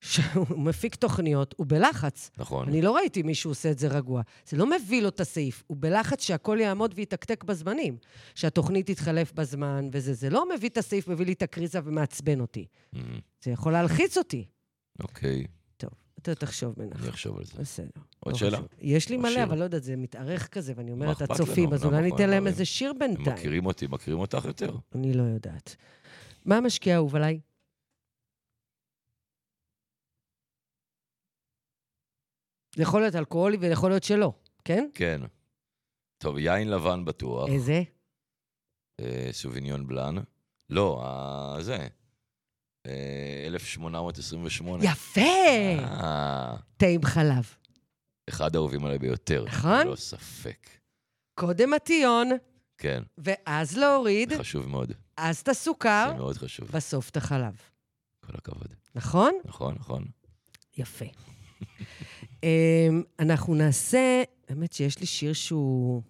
Speaker 2: שהוא מפיק תוכניות, הוא בלחץ.
Speaker 3: נכון.
Speaker 2: אני לא ראיתי מישהו עושה את זה רגוע. זה לא מביא לו את הסעיף, הוא בלחץ שהכל יעמוד ויתקתק בזמנים. שהתוכנית תתחלף בזמן וזה. זה לא מביא את הסעיף, מביא לי את הקריזה ומעצבן אותי.
Speaker 3: אמ,
Speaker 2: זה יכול להלחיץ אותי.
Speaker 3: אוקיי,
Speaker 2: טוב, אתה תחשוב מנחם.
Speaker 3: אני אחשוב על זה.
Speaker 2: בסדר.
Speaker 3: עוד
Speaker 2: לא
Speaker 3: שאלה?
Speaker 2: חשוב. יש לי
Speaker 3: או
Speaker 2: מלא,
Speaker 3: שיר?
Speaker 2: אבל לא יודעת, זה מתארך כזה, ואני
Speaker 3: מה
Speaker 2: אומרת,
Speaker 3: אכפת
Speaker 2: הצופים,
Speaker 3: לנו?
Speaker 2: אז
Speaker 3: למה
Speaker 2: אולי
Speaker 3: אנחנו
Speaker 2: ניתן להם
Speaker 3: אומרים?
Speaker 2: איזה שיר
Speaker 3: הם
Speaker 2: בינתיים.
Speaker 3: מכירים אותי, מכירים אותך יותר.
Speaker 2: אני לא יודעת. מה המשקיע האהוב עליי? זה יכול להיות אלכוהולי ויכול להיות שלא, כן?
Speaker 3: כן. טוב, יין לבן בטוח.
Speaker 2: איזה?
Speaker 3: אה, סוביניון בלאן. לא, ה- זה. אה, 1828.
Speaker 2: יפה!
Speaker 3: אה,
Speaker 2: תה עם חלב.
Speaker 3: אחד האהובים עליי ביותר.
Speaker 2: נכון?
Speaker 3: לא ספק.
Speaker 2: קודם הטיון,
Speaker 3: כן,
Speaker 2: ואז להוריד,
Speaker 3: זה חשוב מאוד. זה
Speaker 2: אז את הסוכר,
Speaker 3: מאוד חשוב.
Speaker 2: בסוף את החלב.
Speaker 3: כל הכבוד.
Speaker 2: נכון?
Speaker 3: נכון, נכון.
Speaker 2: יפה. אמ, אנחנו נעשה, האמת שיש לי שיר שהוא...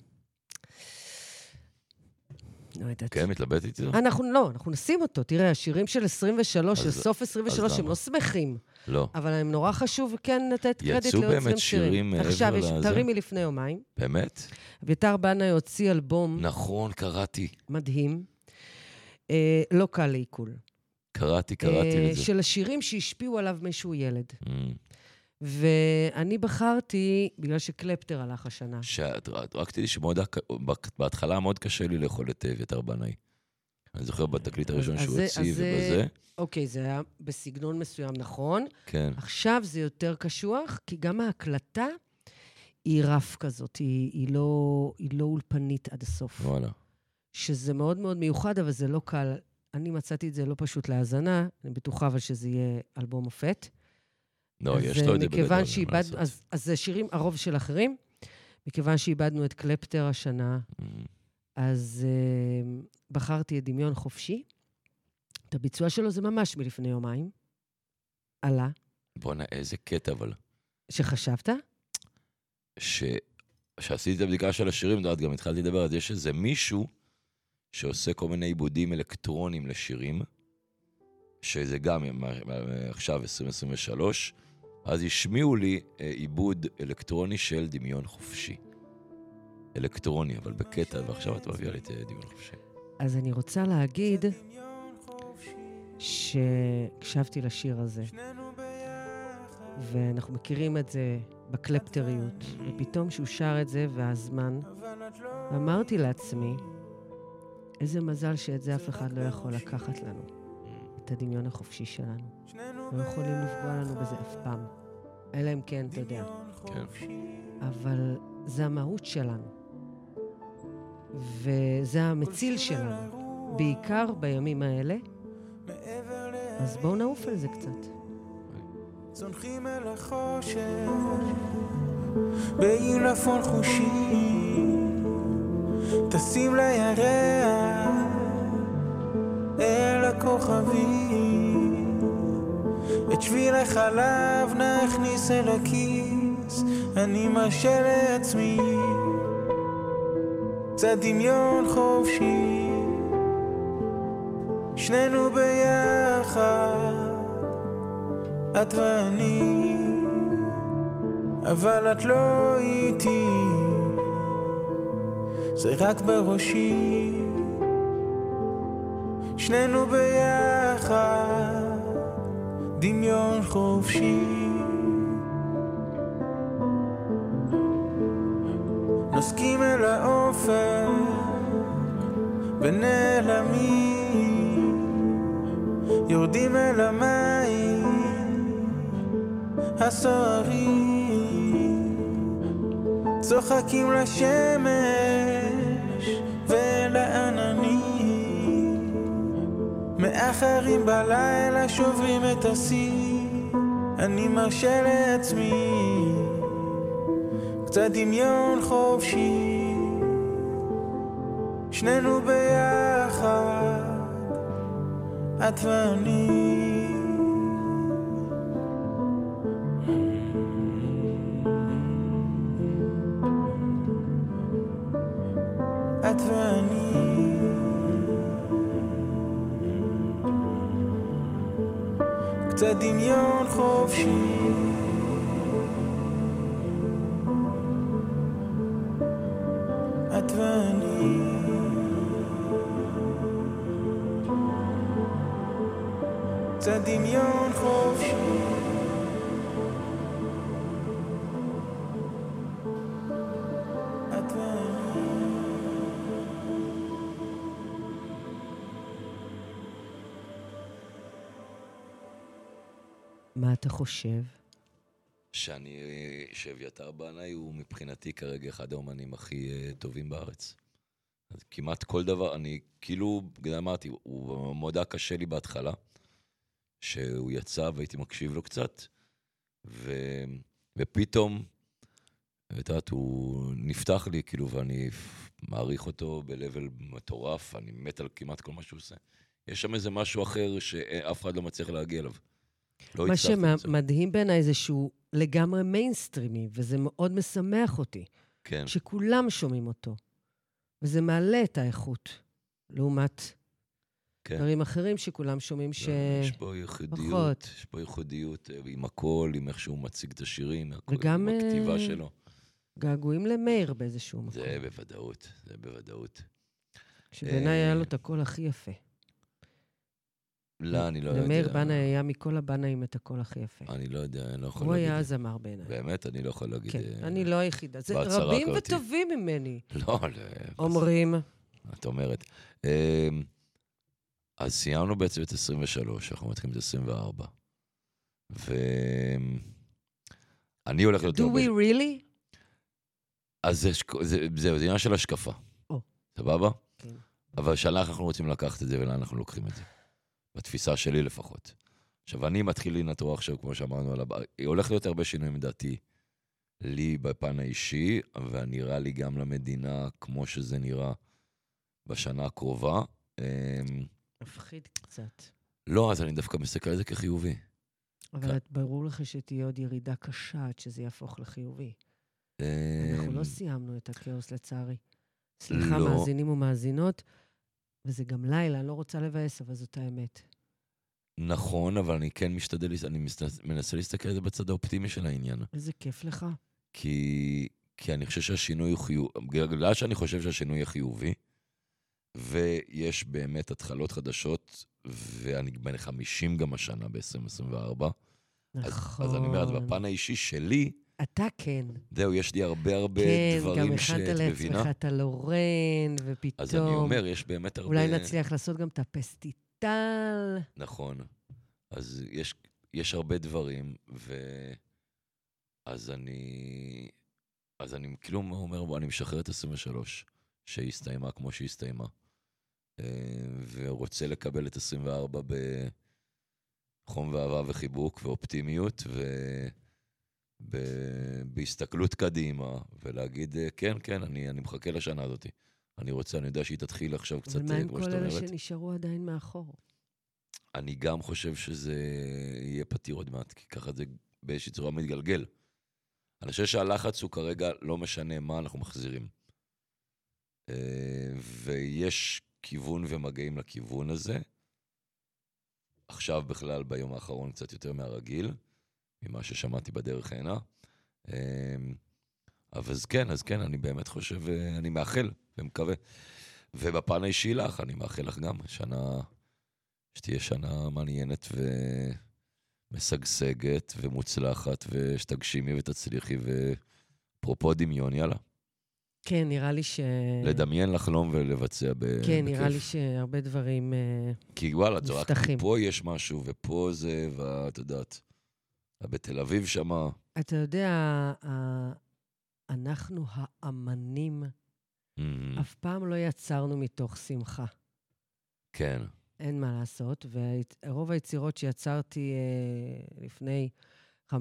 Speaker 2: לא יודעת.
Speaker 3: כן, מתלבטת איתי?
Speaker 2: אנחנו לא, אנחנו נשים אותו. תראה, השירים של 23, של
Speaker 3: אז-
Speaker 2: סוף 23, הם
Speaker 3: למה?
Speaker 2: לא שמחים,
Speaker 3: לא.
Speaker 2: אבל הם נורא חשוב כן לתת
Speaker 3: יצאו
Speaker 2: קרדיט ליוצרים
Speaker 3: באמת שירים
Speaker 2: שירים
Speaker 3: מעבר
Speaker 2: עכשיו, יש
Speaker 3: לזה?
Speaker 2: תרים מלפני יומיים.
Speaker 3: באמת?
Speaker 2: אה? אביתר בנאי הוציא אלבום
Speaker 3: נכון, קראתי.
Speaker 2: מדהים, אה, לא קל לעיכול.
Speaker 3: קראתי,
Speaker 2: אה,
Speaker 3: קראתי את זה.
Speaker 2: של השירים שהשפיעו עליו משהוא ילד.
Speaker 3: אמ,
Speaker 2: ואני בחרתי, בגלל שקלפטר הלך השנה.
Speaker 3: שאת- רק רק תדעי שמאוד, הק- ב- בהתחלה מאוד קשה לי לאכול את אה, אביתר בנאי. אני זוכר בתקליט
Speaker 2: אז-
Speaker 3: הראשון
Speaker 2: אז
Speaker 3: שהוא
Speaker 2: זה-
Speaker 3: הוציא
Speaker 2: אז זה-
Speaker 3: ובזה,
Speaker 2: אוקיי, זה היה בסגנון מסוים, נכון.
Speaker 3: כן.
Speaker 2: עכשיו זה יותר קשוח, כי גם ההקלטה היא רף כזאת, היא, היא, לא, היא לא אולפנית עד הסוף.
Speaker 3: וואלה.
Speaker 2: שזה מאוד מאוד מיוחד, אבל זה לא קל. אני מצאתי את זה לא פשוט להאזנה, אני בטוחה אבל שזה יהיה אלבום מופת.
Speaker 3: לא,
Speaker 2: אז,
Speaker 3: יש לו את זה בגדול,
Speaker 2: מכיוון
Speaker 3: אין מה
Speaker 2: שאיבדנו,
Speaker 3: לעשות.
Speaker 2: אז, אז זה שירים, הרוב של אחרים. מכיוון שאיבדנו את קלפטר השנה,
Speaker 3: אמ,
Speaker 2: אז אה, בחרתי את דמיון חופשי. את הביצוע שלו זה ממש מלפני יומיים. עלה,
Speaker 3: בואנה, איזה קטע, אבל.
Speaker 2: שחשבת?
Speaker 3: כשעשיתי את הבדיקה של השירים, את יודעת, גם התחלתי לדבר, אז יש איזה מישהו שעושה כל מיני עיבודים אלקטרונים לשירים, שזה גם מה- מה- עכשיו, 2023, אז השמיעו לי אה, עיבוד אלקטרוני של דמיון חופשי. אלקטרוני, אבל בקטע, ועכשיו את מביאה לי את אה, דמיון חופשי.
Speaker 2: אז אני רוצה להגיד שהקשבתי לשיר הזה, ואנחנו מכירים את זה בקלפטריות, ופתאום שהוא שר את זה והזמן, אמרתי לעצמי, איזה מזל שאת זה אף אחד לא יכול לקחת לנו, את הדמיון החופשי שלנו. לא יכולים לפגוע לנו בזה אף פעם. אלא אם כן, אתה יודע.
Speaker 3: כן.
Speaker 2: אבל זה המהות שלנו. וזה המציל שלנו, בעיקר בימים האלה. אז בואו נעוף על זה קצת.
Speaker 5: צונחים אל החושך, בעילפון חושים, טסים לירח, אל הכוכבים, את שביל החלב נכניס אל הכיס, אני מרשה לעצמי, קצת דמיון חופשי, שנינו ביחד. את ואני, אבל את לא איתי, זה רק בראשי. שנינו ביחד, דמיון חופשי. נסכים אל האופק ונעלמים, יורדים אל המים הסוערים צוחקים לשמש ולעננים מאחרים בלילה שוברים את השיא אני מרשה לעצמי קצת דמיון חופשי שנינו ביחד את ואני את ואני. קצת דמיון חופשי. את ואני. קצת דמיון חופשי. את ואני.
Speaker 2: מה אתה חושב?
Speaker 3: שאני, שאביתר בנאי הוא מבחינתי כרגע אחד האומנים הכי אה, טובים בארץ. אז כמעט כל דבר, אני כאילו, גם אמרתי, הוא מאוד היה קשה לי בהתחלה, שהוא יצא והייתי מקשיב לו קצת, ו, ופתאום, את יודעת, הוא נפתח לי, כאילו, ואני מעריך אותו ב-level מטורף, אני מת על כמעט כל מה שהוא עושה. יש שם איזה משהו אחר שאף אחד לא מצליח להגיע אליו. לא
Speaker 2: מה
Speaker 3: הצלחתי למצוא.
Speaker 2: שמדהים בעיניי זה שהוא לגמרי מיינסטרימי, וזה מאוד משמח אותי,
Speaker 3: כן,
Speaker 2: שכולם שומעים אותו. וזה מעלה את האיכות, לעומת
Speaker 3: כן.
Speaker 2: דברים אחרים שכולם שומעים
Speaker 3: לא,
Speaker 2: ש...
Speaker 3: יש פה ייחודיות,
Speaker 2: פחות.
Speaker 3: יש פה ייחודיות אה, עם הקול, עם איך שהוא מציג את השירים, הכל,
Speaker 2: וגם,
Speaker 3: עם
Speaker 2: אה, נכון.
Speaker 3: הכתיבה שלו.
Speaker 2: געגועים למאיר באיזשהו מקום.
Speaker 3: זה בוודאות, זה בוודאות.
Speaker 2: שבעיניי היה
Speaker 3: אה,
Speaker 2: לו את הקול הכי יפה.
Speaker 3: לא, אני לא יודע.
Speaker 2: למאיר בנאי היה מכל הבנאים את הקול הכי יפה.
Speaker 3: אני לא יודע, אני לא יכול
Speaker 2: הוא
Speaker 3: להגיד.
Speaker 2: היה הזמר בעיניי.
Speaker 3: באמת, אני לא יכול להגיד.
Speaker 2: כן,
Speaker 3: אה,
Speaker 2: אני לא היחידה. זה
Speaker 3: בהצהרה
Speaker 2: רבים
Speaker 3: קראתי.
Speaker 2: וטובים ממני,
Speaker 3: לא, לא,
Speaker 2: אומרים.
Speaker 3: את אומרת. אה, אז סיימנו בעצם את 23, אנחנו מתחילים את 24. ואני הולך להיות...
Speaker 2: Do we really?
Speaker 3: אז זה, שק- זה, זהו, זה עניין של השקפה.
Speaker 2: או.
Speaker 3: סבבה?
Speaker 2: כן.
Speaker 3: אבל השאלה איך אנחנו רוצים לקחת את זה ולאן אנחנו לוקחים את זה. בתפיסה שלי לפחות. עכשיו, אני מתחיל לנטרו עכשיו, כמו שאמרנו, על הבא. הולך להיות הרבה שינויים לדעתי, לי בפן האישי, ונראה לי גם למדינה, כמו שזה נראה בשנה הקרובה. אמ,
Speaker 2: מפחיד קצת.
Speaker 3: לא, אז אני דווקא מסתכל על זה כחיובי. כן.
Speaker 2: אבל את- ברור לך שתהיה עוד ירידה קשה עד שזה יהפוך לחיובי. אנחנו
Speaker 3: אמ,
Speaker 2: לא סיימנו את הכאוס, לצערי. סליחה,
Speaker 3: לא.
Speaker 2: מאזינים ומאזינות, וזה גם לילה, אני לא רוצה לבאס, אבל זאת האמת.
Speaker 3: נכון, אבל אני כן משתדל, להס- אני מסת- מנסה להסתכל על זה בצד האופטימי של העניין.
Speaker 2: איזה כיף לך.
Speaker 3: כי, כי אני חושב שהשינוי הוא חיובי, בגלל שאני חושב שהשינוי יהיה חיובי, ויש באמת התחלות חדשות, ואני בן 50 גם השנה ב-2024.
Speaker 2: נכון.
Speaker 3: אז, אז אני אומר, אז בפן האישי שלי,
Speaker 2: אתה כן.
Speaker 3: זהו, יש לי הרבה הרבה
Speaker 2: כן, גם
Speaker 3: דברים שאת
Speaker 2: הכנת לעצמך
Speaker 3: מבינה.
Speaker 2: את הלורן, ופתאום...
Speaker 3: אז אני אומר, אה, יש באמת הרבה...
Speaker 2: אולי נצליח לעשות גם את הפסטיטל.
Speaker 3: נכון. אז יש, יש הרבה דברים, ו... אז אני... אז אני כאילו אומר, "בוא, אני משחרר את 23, שהסתיימה כמו שהסתיימה, אה, ורוצה לקבל את 24 בחום ואהבה וחיבוק ואופטימיות, ו... ב... בהסתכלות קדימה, ולהגיד, אה, כן, כן, אני, אני מחכה לשנה הזאת. אני רוצה, אני יודע שהיא תתחיל עכשיו קצת,
Speaker 2: אבל מה
Speaker 3: אה,
Speaker 2: עם
Speaker 3: כמו שאת
Speaker 2: כל אלה
Speaker 3: אומרת.
Speaker 2: שנשארו עדיין מאחור?
Speaker 3: אני גם חושב שזה יהיה פתיר עוד מעט, כי ככה זה באיזושהי צורה מתגלגל. אני חושב שהלחץ הוא כרגע לא משנה מה אנחנו מחזירים. אה, ויש כיוון ומגעים לכיוון הזה. עכשיו בכלל, ביום האחרון, קצת יותר מהרגיל, ממה ששמעתי בדרך הנה. אה, אבל אז כן, אז כן, אני באמת חושב, אה, אני מאחל ומקווה. ובפן האישי לך, אני מאחל לך גם שנה שתהיה שנה מעניינת ומשגשגת ומוצלחת, ושתגשימי ותצליחי, ואפרופו דמיון, יאללה.
Speaker 2: כן, נראה לי ש...
Speaker 3: לדמיין, לחלום ולבצע ב...
Speaker 2: כן, נראה
Speaker 3: בכיף.
Speaker 2: לי שהרבה דברים... אה,
Speaker 3: כי וואלה, את רק
Speaker 2: נפתחים.
Speaker 3: פה יש משהו, ופה זה, ואת יודעת, בתל אביב שמה,
Speaker 2: אתה יודע, ה- אנחנו האמנים
Speaker 3: אמ,
Speaker 2: אף פעם לא יצרנו מתוך שמחה.
Speaker 3: כן,
Speaker 2: אין מה לעשות, ורוב היצירות שיצרתי אה, לפני 15-20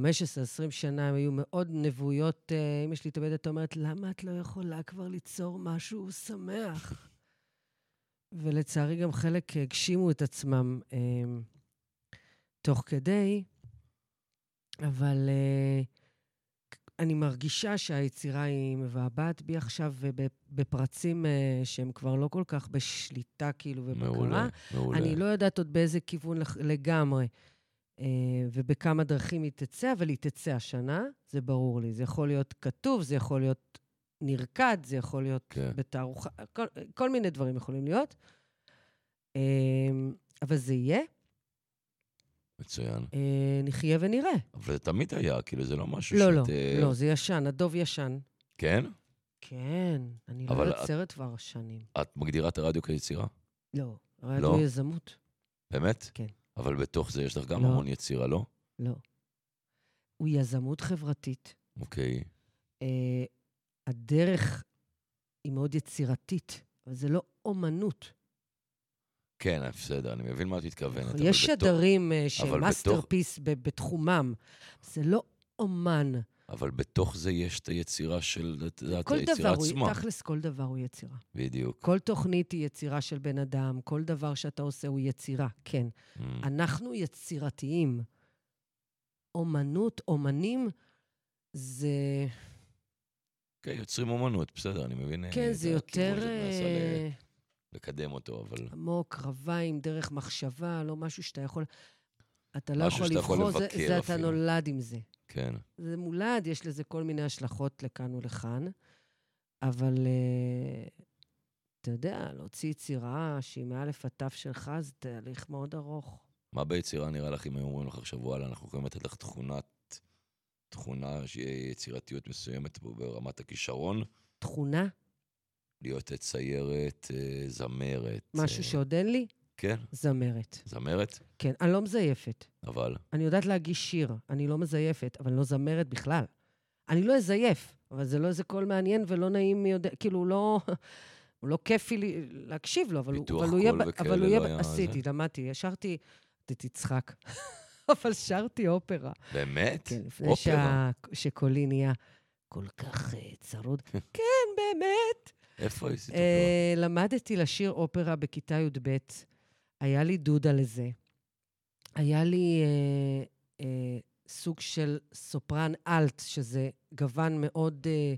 Speaker 2: שנה, הן היו מאוד נבואיות. אה, אמא שלי תמיד הייתה אומרת, למה את לא יכולה כבר ליצור משהו שמח? ולצערי גם חלק הגשימו את עצמם אה, תוך כדי, אבל אה, אני מרגישה שהיצירה היא מבעבעת בי עכשיו אה, ב- בפרצים אה, שהם כבר לא כל כך בשליטה כאילו ובקרה.
Speaker 3: מעולה, מעולה.
Speaker 2: אני לא יודעת עוד באיזה כיוון לח- לגמרי אה, ובכמה דרכים היא תצא, אבל היא תצא השנה, זה ברור לי. זה יכול להיות כתוב, זה יכול להיות נרקד, זה יכול להיות
Speaker 3: כן.
Speaker 2: בתערוכה, כל, כל מיני דברים יכולים להיות. אה, אבל זה יהיה,
Speaker 3: מצוין.
Speaker 2: אה, נחיה ונראה.
Speaker 3: אבל זה תמיד היה, כאילו, זה לא משהו
Speaker 2: לא,
Speaker 3: שאת...
Speaker 2: לא,
Speaker 3: אה,
Speaker 2: לא, זה ישן, הדוב ישן.
Speaker 3: כן?
Speaker 2: כן, אני לא
Speaker 3: אבל את-
Speaker 2: יוצרת כבר שנים.
Speaker 3: את מגדירה את הרדיו כיצירה,
Speaker 2: לא, רדיו יזמות,
Speaker 3: באמת?
Speaker 2: כן.
Speaker 3: אבל בתוך זה יש לך גם
Speaker 2: לא.
Speaker 3: המון יצירה, לא?
Speaker 2: לא. הוא יזמות חברתית.
Speaker 3: אוקיי.
Speaker 2: אה, הדרך היא מאוד יצירתית, אבל זה לא אומנות.
Speaker 3: כן, בסדר, אני מבין מה את מתכוונת. אבל
Speaker 2: יש
Speaker 3: בתוך-
Speaker 2: שדרים אה,
Speaker 3: אבל
Speaker 2: שהם
Speaker 3: בתוך-
Speaker 2: מאסטרפיס ב- בתחומם, זה לא אומן.
Speaker 3: אבל בתוך זה יש את היצירה של, את יודעת,
Speaker 2: כל דבר,
Speaker 3: היצירה עצמה.
Speaker 2: הוא, תכלס כל דבר הוא יצירה.
Speaker 3: בדיוק.
Speaker 2: כל תוכנית היא יצירה של בן אדם, כל דבר שאתה עושה הוא יצירה, כן.
Speaker 3: Mm.
Speaker 2: אנחנו יצירתיים. אומנות, אומנים, זה...
Speaker 3: אה, כן, יוצרים אומנות, בסדר, אני מבין. אה,
Speaker 2: כן,
Speaker 3: את
Speaker 2: זה
Speaker 3: הכיוון
Speaker 2: יותר
Speaker 3: שאת מנסה ל-
Speaker 2: אה,
Speaker 3: לקדם אותו, אבל
Speaker 2: עמוק, רווי, עם דרך מחשבה, לא משהו שאתה יכול... אתה לא
Speaker 3: משהו
Speaker 2: יכול
Speaker 3: שאתה יכול
Speaker 2: לבחור, זה,
Speaker 3: לבקר
Speaker 2: זה אתה
Speaker 3: אפילו.
Speaker 2: נולד עם זה.
Speaker 3: כן.
Speaker 2: זה מולד, יש לזה כל מיני השלכות לכאן ולכאן, אבל אה, אתה יודע, להוציא יצירה שהיא מאלף עד תף שלך, זה תהליך מאוד ארוך.
Speaker 3: מה ביצירה נראה לך אם היו אומרים לך עכשיו, וואלה, אנחנו יכולים לתת לך תכונת, תכונה שיהיה יצירתיות מסוימת פה ברמת הכישרון,
Speaker 2: תכונה,
Speaker 3: להיות ציירת, אה, זמרת.
Speaker 2: משהו
Speaker 3: אה,
Speaker 2: שעוד אין לי,
Speaker 3: כן,
Speaker 2: זמרת.
Speaker 3: זמרת,
Speaker 2: כן, אני לא מזייפת.
Speaker 3: אבל...
Speaker 2: אני יודעת להגיש שיר, אני לא מזייפת, אבל אני לא זמרת בכלל. אני לא אזייף, אבל זה לא איזה קול מעניין ולא נעים מי יודע, כאילו, הוא לא... הוא לא כיפי לי להקשיב לו, אבל הוא,
Speaker 3: פיתוח
Speaker 2: אבל הוא יהיה...
Speaker 3: קול
Speaker 2: ב-
Speaker 3: וכאלה
Speaker 2: אבל הוא יהיה...
Speaker 3: לא
Speaker 2: ב-
Speaker 3: היה
Speaker 2: עשיתי, למדתי, שרתי... אתה תצחק. אבל שרתי אופרה.
Speaker 3: באמת?
Speaker 2: כן, לפני
Speaker 3: אופרה.
Speaker 2: שה... שקולי נהיה כל כך אה, צרוד. כן, באמת.
Speaker 3: איפה עשית אופרה?
Speaker 2: אה, למדתי לשיר אופרה בכיתה י"ב. היה לי דודה לזה. היה לי אה, אה, סוג של סופרן אלט, שזה גוון מאוד, אה,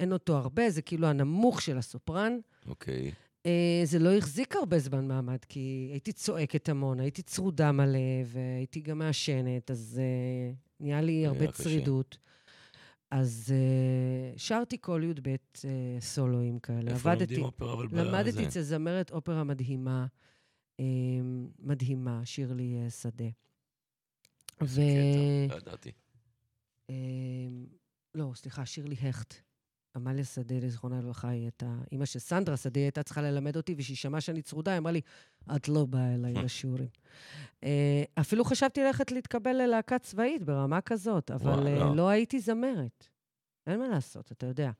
Speaker 2: אין אותו הרבה, זה כאילו הנמוך של הסופרן.
Speaker 3: אוקיי.
Speaker 2: אה, זה לא החזיק הרבה זמן מעמד, כי הייתי צועקת המון, הייתי צרודה מלא, והייתי גם מעשנת, אז אה, נהיה לי
Speaker 3: היה
Speaker 2: הרבה
Speaker 3: קשה.
Speaker 2: צרידות. אז אה, שרתי כל י"ב אה, סולואים כאלה.
Speaker 3: איפה
Speaker 2: עבדתי,
Speaker 3: לומדים אופרה? אבל בזה?
Speaker 2: למדתי אצל זמרת אופרה מדהימה, אה, מדהימה, שירלי אה, שדה.
Speaker 3: איזה
Speaker 2: ו-
Speaker 3: כן, קטע, לא ידעתי.
Speaker 2: אה, לא, סליחה, שירלי הכט. עמליה שדה, זיכרונה לברכה, היא הייתה... אימא של סנדרה שדה היא הייתה צריכה ללמד אותי, וכשהיא שמעה שאני צרודה, היא אמרה לי, את לא באה אליי לשיעורים. אה, אפילו חשבתי ללכת להתקבל ללהקה צבאית ברמה כזאת, אבל
Speaker 3: וואלה.
Speaker 2: אה, לא הייתי זמרת. אין מה לעשות, אתה יודע.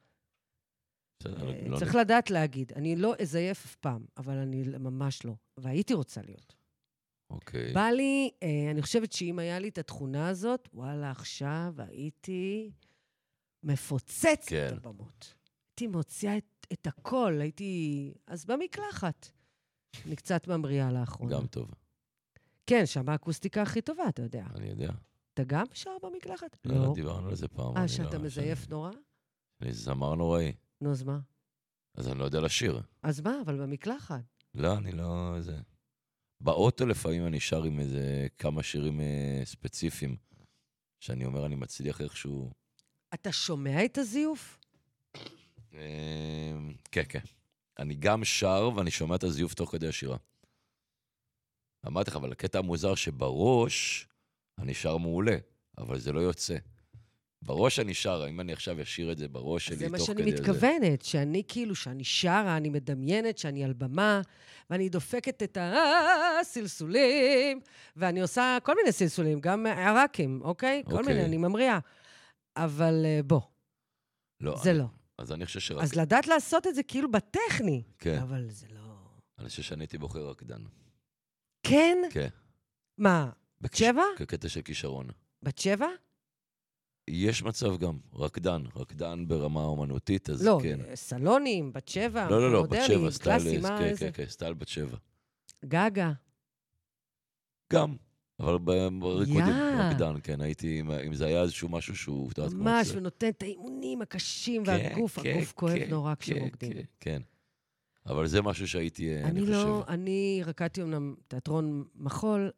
Speaker 3: בסדר,
Speaker 2: אה,
Speaker 3: לא
Speaker 2: צריך לדעת להגיד. אני לא אזייף אף פעם, אבל אני ממש לא. והייתי רוצה להיות.
Speaker 3: אוקיי.
Speaker 2: בא לי, אה, אני חושבת שאם היה לי את התכונה הזאת, וואלה, עכשיו הייתי מפוצצת
Speaker 3: כן.
Speaker 2: כן. בבמות. הייתי מוציאה את, את הכל, הייתי... אז במקלחת. אני קצת ממריאה לאחרונה.
Speaker 3: גם טוב,
Speaker 2: כן, שם האקוסטיקה הכי טובה, אתה יודע.
Speaker 3: אני יודע.
Speaker 2: אתה גם שר במקלחת?
Speaker 3: לא, לא דיברנו על זה פעם.
Speaker 2: אה,
Speaker 3: אני
Speaker 2: שאתה
Speaker 3: לא-
Speaker 2: מזייף
Speaker 3: שאני-
Speaker 2: נורא?
Speaker 3: אני זמר נוראי,
Speaker 2: נו, אז מה?
Speaker 3: אז אני לא יודע לשיר.
Speaker 2: אז מה, אבל במקלחת.
Speaker 3: לא, אני לא... זה... באוטו לפעמים אני שר עם איזה כמה שירים אה, ספציפיים, שאני אומר, אני מצליח איכשהו...
Speaker 2: אתה שומע את הזיוף?
Speaker 3: אה, כן, כן. אני גם שר ואני שומע את הזיוף תוך כדי השירה. אמרתי לך, אבל הקטע המוזר שבראש אני שר מעולה, אבל זה לא יוצא. בראש אני שר, אם אני עכשיו אשיר את זה בראש שלי תוך
Speaker 2: זה מה
Speaker 3: כדי...
Speaker 2: שאני מתכוונת, שאני כאילו, שאני שרה, אני מדמיינת שאני על במה, ואני דופקת את הסלסולים, ואני עושה כל מיני סלסולים, גם עיראקים, אוקיי? כל
Speaker 3: אוקיי.
Speaker 2: מיני, אני ממריאה. אבל אה, בוא,
Speaker 3: לא,
Speaker 2: זה
Speaker 3: אני-
Speaker 2: לא.
Speaker 3: אז אני חושב שרק...
Speaker 2: אז לא. לדעת לעשות את זה כאילו בטכני,
Speaker 3: כן,
Speaker 2: אבל זה לא...
Speaker 3: אני חושב שאני הייתי בוחר רקדן.
Speaker 2: כן?
Speaker 3: כן.
Speaker 2: מה, בת
Speaker 3: בכיש-
Speaker 2: שבע?
Speaker 3: כקטע של כישרון.
Speaker 2: בת שבע?
Speaker 3: יש מצב גם, רקדן, רקדן ברמה אומנותית, אז
Speaker 2: לא,
Speaker 3: כן.
Speaker 2: אה, סלונים, בת שבע,
Speaker 3: לא, לא, לא, בת
Speaker 2: מודרני,
Speaker 3: שבע, סטייל,
Speaker 2: קלאסי, מה,
Speaker 3: כן,
Speaker 2: איזה...
Speaker 3: כן, כן, סטייל בת שבע.
Speaker 2: גגה.
Speaker 3: גם, אבל ב- בריקודים,
Speaker 2: יא.
Speaker 3: רקדן, כן, הייתי, אם- אם זה היה איזשהו משהו שהוא, לא, את יודעת, כמו
Speaker 2: ממש,
Speaker 3: זה.
Speaker 2: ונותן את האימונים הקשים,
Speaker 3: כן,
Speaker 2: והגוף,
Speaker 3: כן,
Speaker 2: הגוף כואב
Speaker 3: כן,
Speaker 2: נורא
Speaker 3: כן,
Speaker 2: כשרוקדים.
Speaker 3: כן, כן, אבל זה משהו שהייתי, אה, אני
Speaker 2: אני לא,
Speaker 3: חושב,
Speaker 2: אני רקדתי אמנם תיאטרון מחול,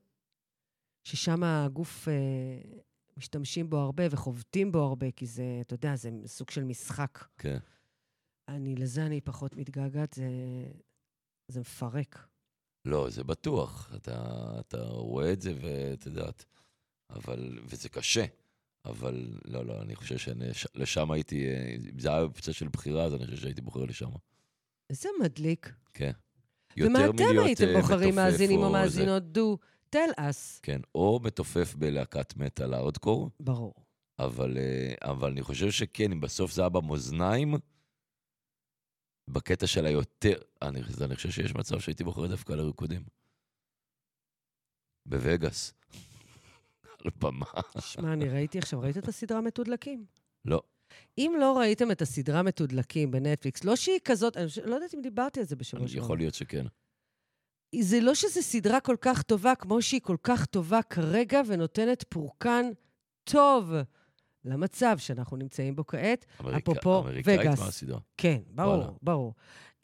Speaker 2: ששם הגוף, אה, משתמשים בו הרבה וחובטים בו הרבה, כי זה, אתה יודע, זה סוג של משחק.
Speaker 3: כן.
Speaker 2: אני, לזה אני פחות מתגעגעת, זה, זה מפרק.
Speaker 3: לא, זה בטוח, אתה, אתה רואה את זה ואת יודעת, אבל, וזה קשה, אבל לא, לא, אני חושב שלשם הייתי, אה, אם זה היה קצת של בחירה, אז אני חושב שהייתי בוחר לשם,
Speaker 2: זה מדליק.
Speaker 3: כן.
Speaker 2: ומה
Speaker 3: יותר
Speaker 2: אתם
Speaker 3: מלהיות,
Speaker 2: הייתם
Speaker 3: אה,
Speaker 2: בוחרים,
Speaker 3: מתופף
Speaker 2: מאזינים או
Speaker 3: זה.
Speaker 2: מאזינות דו? tell us.
Speaker 3: כן, או מתופף בלהקת מטאל הארדקור,
Speaker 2: ברור.
Speaker 3: אבל, אה, אבל אני חושב שכן, אם בסוף זה היה במאזניים, בקטע של היותר, אני, אז אני חושב שיש מצב שהייתי בוחר דווקא לריקודים. בווגאס. על במה.
Speaker 2: שמע, אני ראיתי עכשיו, ראית את הסדרה מתודלקים?
Speaker 3: לא.
Speaker 2: אם לא ראיתם את הסדרה מתודלקים בנטפליקס, לא שהיא כזאת, אני חושב- לא יודעת אם דיברתי על זה בשבוע
Speaker 3: אני-
Speaker 2: שעבר.
Speaker 3: יכול להיות שכן.
Speaker 2: זה לא שזו סדרה כל כך טובה כמו שהיא כל כך טובה כרגע ונותנת פורקן טוב למצב שאנחנו נמצאים בו כעת.
Speaker 3: אמריקא-
Speaker 2: אפרופו
Speaker 3: אמריקאית
Speaker 2: וגאס.
Speaker 3: מהסדרה.
Speaker 2: כן, ברור,
Speaker 3: וואלה.
Speaker 2: וואלה. ברור.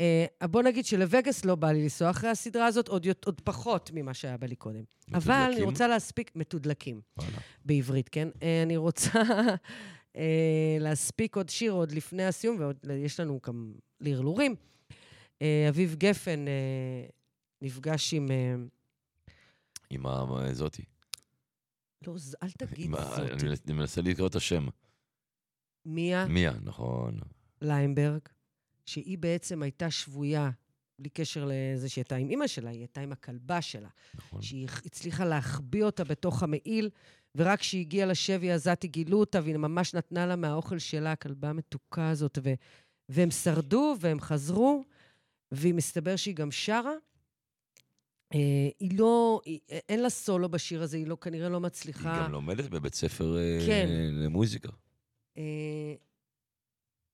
Speaker 2: אה, בוא נגיד שלווגאס לא בא לי לנסוע אחרי הסדרה הזאת, עוד, יות- עוד פחות ממה שהיה בא לי קודם. אבל אני
Speaker 3: מתודלקים?
Speaker 2: רוצה להספיק, מתודלקים,
Speaker 3: וואלה.
Speaker 2: בעברית, כן? אה, אני רוצה אה, להספיק עוד שיר עוד לפני הסיום, ויש לנו גם לרלורים. אה, אביב גפן אה, נפגש עם... אה,
Speaker 3: עם ה- זאתי.
Speaker 2: לא, ז- אל תגיד
Speaker 3: עם ה-
Speaker 2: זאת.
Speaker 3: אני מנס- אני מנסה לקרוא את השם.
Speaker 2: מיה
Speaker 3: מיה, נכון.
Speaker 2: ליימברג, שהיא בעצם הייתה שבויה, בלי קשר לזה שהיא הייתה עם אימא שלה, היא הייתה עם הכלבה שלה,
Speaker 3: נכון.
Speaker 2: שהיא הצליחה להחביא אותה בתוך המעיל, ורק כשהיא הגיעה לשבי העזתי גילו אותה, והיא ממש נתנה לה מהאוכל שלה, הכלבה המתוקה הזאת, ו... והם שרדו והם חזרו, והיא מסתבר שהיא גם שרה. אה, היא לא, היא, אין לה סולו בשיר הזה, היא לא, כנראה לא
Speaker 3: היא
Speaker 2: מצליחה.
Speaker 3: גם לומדת בבית ספר אה,
Speaker 2: כן.
Speaker 3: למוזיקה.
Speaker 2: אה,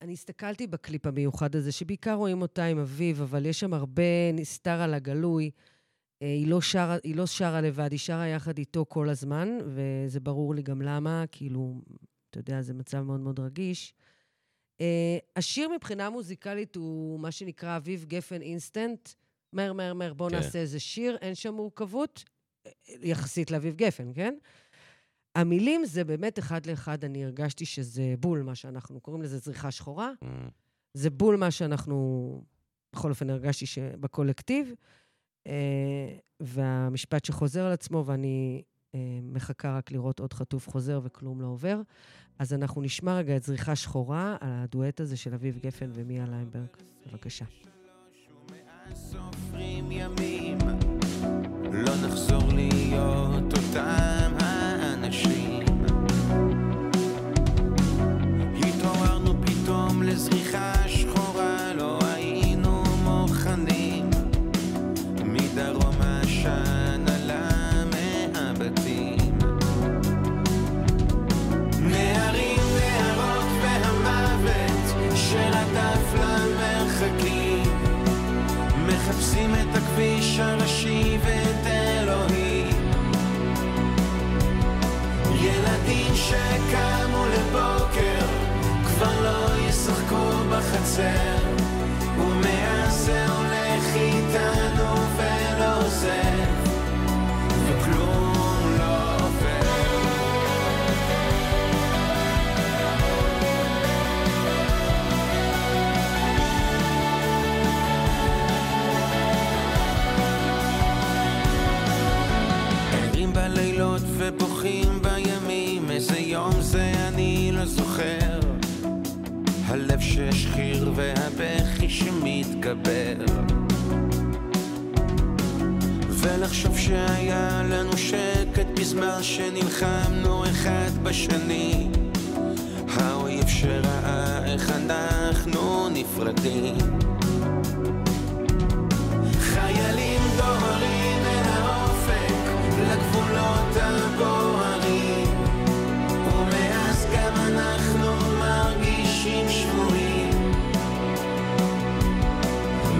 Speaker 2: אני הסתכלתי בקליפ המיוחד הזה, שבעיקר רואים אותה עם אביו, אבל יש שם הרבה נסתר על הגלוי. אה, היא לא, שרה, היא לא שרה לבד, היא שרה יחד איתו כל הזמן, וזה ברור לי גם למה, כאילו, אתה יודע, זה מצב מאוד מאוד רגיש. אה, השיר מבחינה מוזיקלית הוא מה שנקרא אביב גפן אינסטנט. מהר, מהר, מהר, בואו
Speaker 3: כן.
Speaker 2: כן. נעשה איזה שיר, אין שם מורכבות, אה, יחסית לאביב גפן, כן? המילים זה באמת אחד לאחד, אני הרגשתי שזה בול, מה שאנחנו קוראים לזה זריחה שחורה.
Speaker 3: אה,
Speaker 2: זה בול מה שאנחנו, בכל אופן הרגשתי שבקולקטיב. אה, והמשפט שחוזר על עצמו, ואני אה, מחכה רק לראות עוד חטוף חוזר וכלום לא עובר. אז אנחנו נשמע רגע את זריחה שחורה על הדואט הזה של אביב גפן ומיה ליינברג. בבקשה.
Speaker 5: סופרים ימים, לא נחזור להיות אותם האנשים. התעוררנו פתאום לזריחה שחורה, לא היינו מוכנים. מדרום העשן עלה מהבתים. נערים, נערות והמוות שרדף למרחקים. מחפשים את הכביש הראשי ואת אלוהים ילדים שקמו לבוקר כבר לא ישחקו בחצר ומאז זה הולך איתנו ולא עוזב וכלום לא עובר ערים בלילות ובוכים בימים, איזה יום זה אני לא זוכר. הלב שהשחיר והבכי שמתגבר. ולחשוב שהיה לנו שקט בזמן שנלחמנו אחד בשני. האויב שראה איך אנחנו נפרדים. חיילים דוהרים אל האופק, לגבולות הבוערים. ומאז גם אנחנו מרגישים שבויים.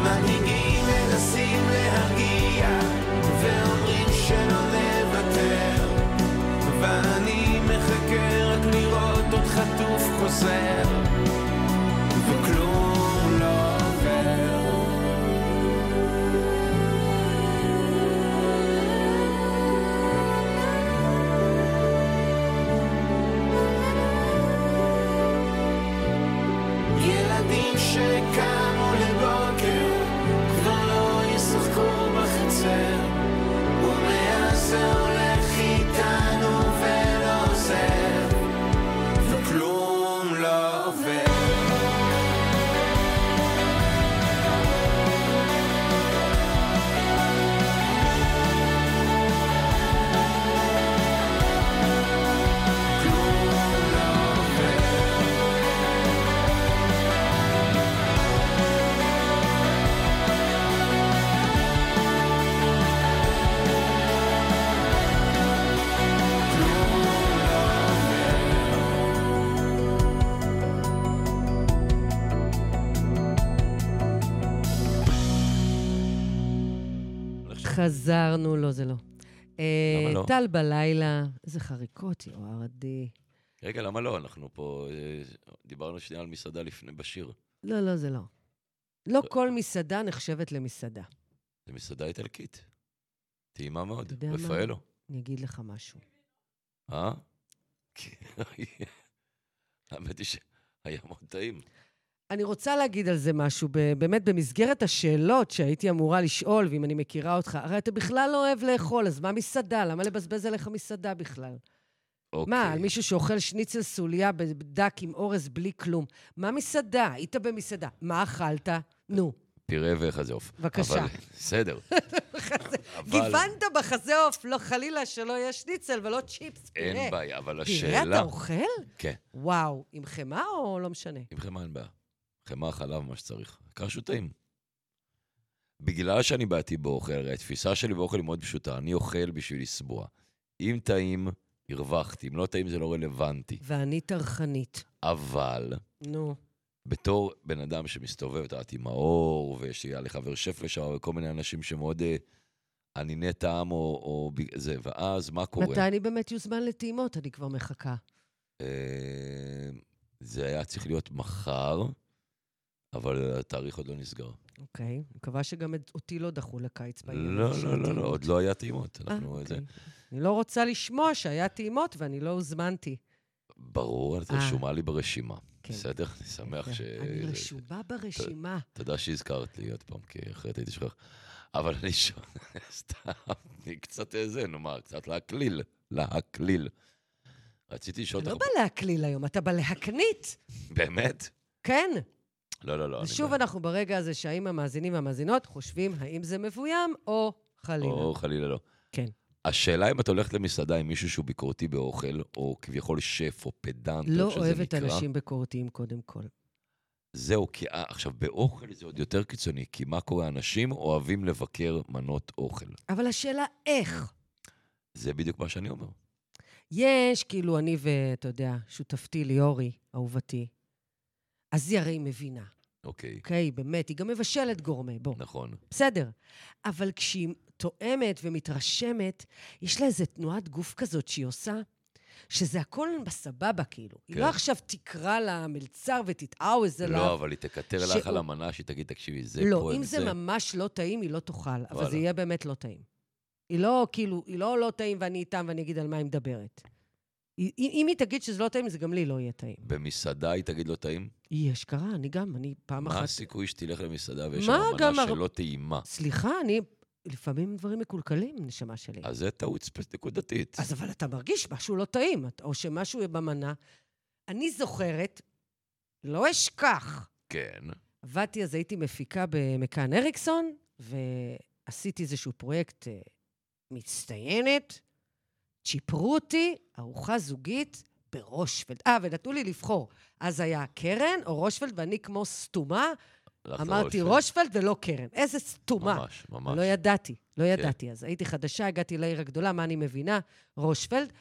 Speaker 5: מנהיגים מנסים להרגיע, ואומרים שלא נוותר. ואני מחכה רק לראות עוד חטוף חוזר, וכלום לא עובר. ילדים שקמו לבוקר כבר לא ישחקו בחצר ומאז זה הולך איתנו ולא עוזב וכלום לא עובר
Speaker 2: חזרנו, לא, זה לא. אה,
Speaker 3: למה לא?
Speaker 2: טל בלילה, איזה חריקות, יואר עדי.
Speaker 3: רגע, למה לא? אנחנו פה... אה, דיברנו שנייה על מסעדה לפני, בשיר.
Speaker 2: לא, לא, זה לא. לא כל מסעדה נחשבת למסעדה.
Speaker 3: זו מסעדה איטלקית. טעימה מאוד.
Speaker 2: אתה יודע מה?
Speaker 3: רפאלו.
Speaker 2: אני אגיד לך משהו.
Speaker 3: אה? כן. האמת היא שהיה מאוד טעים.
Speaker 2: אני רוצה להגיד על זה משהו, ב- באמת במסגרת השאלות שהייתי אמורה לשאול, ואם אני מכירה אותך, הרי אתה בכלל לא אוהב לאכול, אז מה מסעדה? למה לבזבז עליך מסעדה בכלל?
Speaker 3: אוקיי.
Speaker 2: מה, על מישהו שאוכל שניצל סוליה בדק עם אורז בלי כלום? מה מסעדה? היית במסעדה. מה אכלת? נו,
Speaker 3: תראה ואיך זה עוף.
Speaker 2: בבקשה.
Speaker 3: אבל- בסדר. אבל-
Speaker 2: גיוונת בחזה עוף, לא חלילה שלא יהיה שניצל ולא צ'יפס.
Speaker 3: אין
Speaker 2: פירה.
Speaker 3: בעיה, אבל
Speaker 2: אה, פירה
Speaker 3: השאלה...
Speaker 2: אתה אוכל?
Speaker 3: כן.
Speaker 2: וואו, עם חמאה או לא משנה?
Speaker 3: עם חמאה אין בעיה. חמאה, חלב, מה שצריך. העיקר שהוא טעים. בגלל שאני בעייתי באוכל, הרי התפיסה שלי באוכל היא מאוד פשוטה. אני אוכל בשביל לסבוע. אם טעים, הרווחתי. אם לא טעים, זה לא רלוונטי.
Speaker 2: ואני טרחנית.
Speaker 3: אבל
Speaker 2: נו.
Speaker 3: בתור בן אדם שמסתובב, את יודעת, עם האור, ויש לי, היה לי חבר שף לשם, וכל מיני אנשים שמאוד אה, עניני טעם או, או ב- זה, ואז מה קורה?
Speaker 2: מתי אני באמת יוזמן לטעימות? אני כבר מחכה.
Speaker 3: אה, זה היה צריך להיות מחר, אבל התאריך עוד לא נסגר.
Speaker 2: אוקיי. אני מקווה שגם את- אותי לא דחו לקיץ בעניין
Speaker 3: לא,
Speaker 2: הזה של
Speaker 3: לא, לא, לא,
Speaker 2: הטעימות.
Speaker 3: עוד לא היה טעימות.
Speaker 2: אה,
Speaker 3: אנחנו זה.
Speaker 2: אוקיי. אני לא רוצה לשמוע שהיה טעימות ואני לא הוזמנתי.
Speaker 3: ברור, את
Speaker 2: אה.
Speaker 3: רשומה לי ברשימה.
Speaker 2: כן.
Speaker 3: בסדר? אני שמח ש...
Speaker 2: אני רשומה ברשימה.
Speaker 3: תודה שהזכרת לי עוד פעם, כי אחרת הייתי שוכח. אבל אני שואל, סתם, אני קצת אה, זה, נו מה, קצת להקליל. להקליל. רציתי לשאול
Speaker 2: לא
Speaker 3: אותך,
Speaker 2: בא להקליל היום, אתה בא להקנית.
Speaker 3: באמת?
Speaker 2: כן.
Speaker 3: לא, לא, לא. אני
Speaker 2: ושוב
Speaker 3: לא-
Speaker 2: אנחנו ברגע הזה שהאם המאזינים והמאזינות חושבים האם זה מבוים או חלילה.
Speaker 3: או חלילה לא.
Speaker 2: כן.
Speaker 3: השאלה אם את הולכת למסעדה עם מישהו שהוא ביקורתי באוכל, או כביכול שף או פדנט, או
Speaker 2: לא
Speaker 3: איך שזה
Speaker 2: אוהבת
Speaker 3: נקרא.
Speaker 2: אנשים ביקורתיים קודם כל.
Speaker 3: זהו, כי אה, עכשיו, באוכל זה עוד יותר קיצוני, כי מה קורה? אנשים אוהבים לבקר מנות אוכל.
Speaker 2: אבל השאלה איך.
Speaker 3: זה בדיוק מה שאני אומר.
Speaker 2: יש, כאילו, אני ואתה יודע, שותפתי ליאורי, אהובתי, אז היא הרי מבינה,
Speaker 3: אוקיי,
Speaker 2: אוקיי? באמת, היא גם מבשלת גורמה, בוא.
Speaker 3: נכון.
Speaker 2: בסדר. אבל כשהיא תואמת ומתרשמת, יש לה איזו תנועת גוף כזאת שהיא עושה, שזה הכל בסבבה, כאילו. היא
Speaker 3: כן.
Speaker 2: לא עכשיו תקרא למלצר ותתעאו איזה
Speaker 3: לא, אבל היא תקטר לך
Speaker 2: שהוא-
Speaker 3: על המנה, שהיא תגיד, תקשיבי, זה פה,
Speaker 2: לא, אם
Speaker 3: הם
Speaker 2: זה ממש לא טעים, היא לא תאכל, אבל
Speaker 3: וואלה.
Speaker 2: זה יהיה באמת לא טעים. היא לא, כאילו, היא לא לא טעים ואני איתם ואני אגיד על מה היא מדברת. היא- אם אם היא תגיד שזה לא טעים, זה גם לי לא יהיה טעים.
Speaker 3: במסעדה היא תגיד לא טעים?
Speaker 2: היא אשכרה, אני גם, אני פעם
Speaker 3: מה
Speaker 2: אחת...
Speaker 3: הסיכוי שתלך למסעדה ויש שם
Speaker 2: מה, גם
Speaker 3: מנה
Speaker 2: הר-
Speaker 3: שלא טעימה?
Speaker 2: סליחה, אני... לפעמים דברים מקולקלים, נשמה שלי.
Speaker 3: אז זה טעות ספ- נקודתית.
Speaker 2: אז אבל אתה מרגיש משהו לא טעים, את- או שמשהו במנה. אני זוכרת, לא אשכח,
Speaker 3: כן.
Speaker 2: עבדתי, אז הייתי מפיקה במכאן אריקסון, ועשיתי איזשהו פרויקט אה, מצטיינת. צ'יפרו אותי, ארוחה זוגית ברושפלד. אה, ונתנו לי לבחור. אז היה קרן או רושפלד, ואני כמו סתומה,
Speaker 3: הלכת
Speaker 2: אמרתי
Speaker 3: לראש,
Speaker 2: רושפלד ולא קרן. איזה סתומה.
Speaker 3: ממש, ממש. כן.
Speaker 2: לא ידעתי, לא ידעתי. אז הייתי חדשה, הגעתי לעיר הגדולה, מה אני מבינה? רושפלד.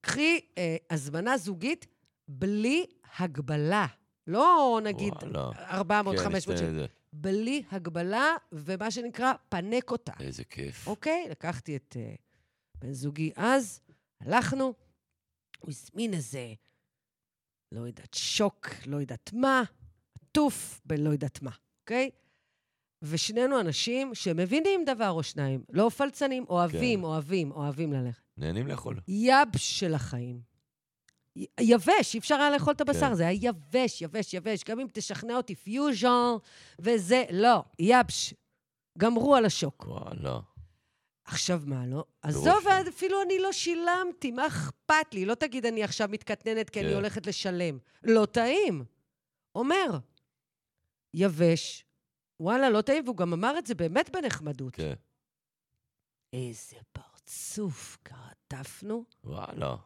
Speaker 2: קחי אה, הזמנה זוגית בלי הגבלה. לא נגיד
Speaker 3: וואלה.
Speaker 2: 400,
Speaker 3: כן,
Speaker 2: 500
Speaker 3: נסתכל
Speaker 2: שקל.
Speaker 3: על זה.
Speaker 2: בלי הגבלה, ומה שנקרא, פנק אותה.
Speaker 3: איזה כיף.
Speaker 2: אוקיי? לקחתי את אה, בן זוגי אז, הלכנו, הוא הזמין איזה, לא יודעת, שוק, לא יודעת מה, עטוף בלא יודעת מה, אוקיי? ושנינו אנשים שמבינים דבר או שניים, לא פלצנים, אוהבים,
Speaker 3: כן.
Speaker 2: אוהבים, אוהבים ללכת.
Speaker 3: נהנים לאכול.
Speaker 2: יבש של החיים. י- יבש, אי אפשר היה לאכול את הבשר,
Speaker 3: כן.
Speaker 2: זה היה יבש, יבש, יבש. גם אם תשכנע אותי פיוז'ן וזה, לא, יבש. גמרו על השוק.
Speaker 3: וואלה.
Speaker 2: עכשיו מה לא? עזוב,
Speaker 3: באופן.
Speaker 2: אפילו אני לא שילמתי, מה אכפת לי? לא תגיד אני עכשיו מתקטננת כי אני
Speaker 3: כן.
Speaker 2: הולכת לשלם. לא טעים. אומר, יבש, וואלה, לא טעים, והוא גם אמר את זה באמת בנחמדות.
Speaker 3: כן.
Speaker 2: איזה פרצוף קרטפנו.
Speaker 3: וואלה.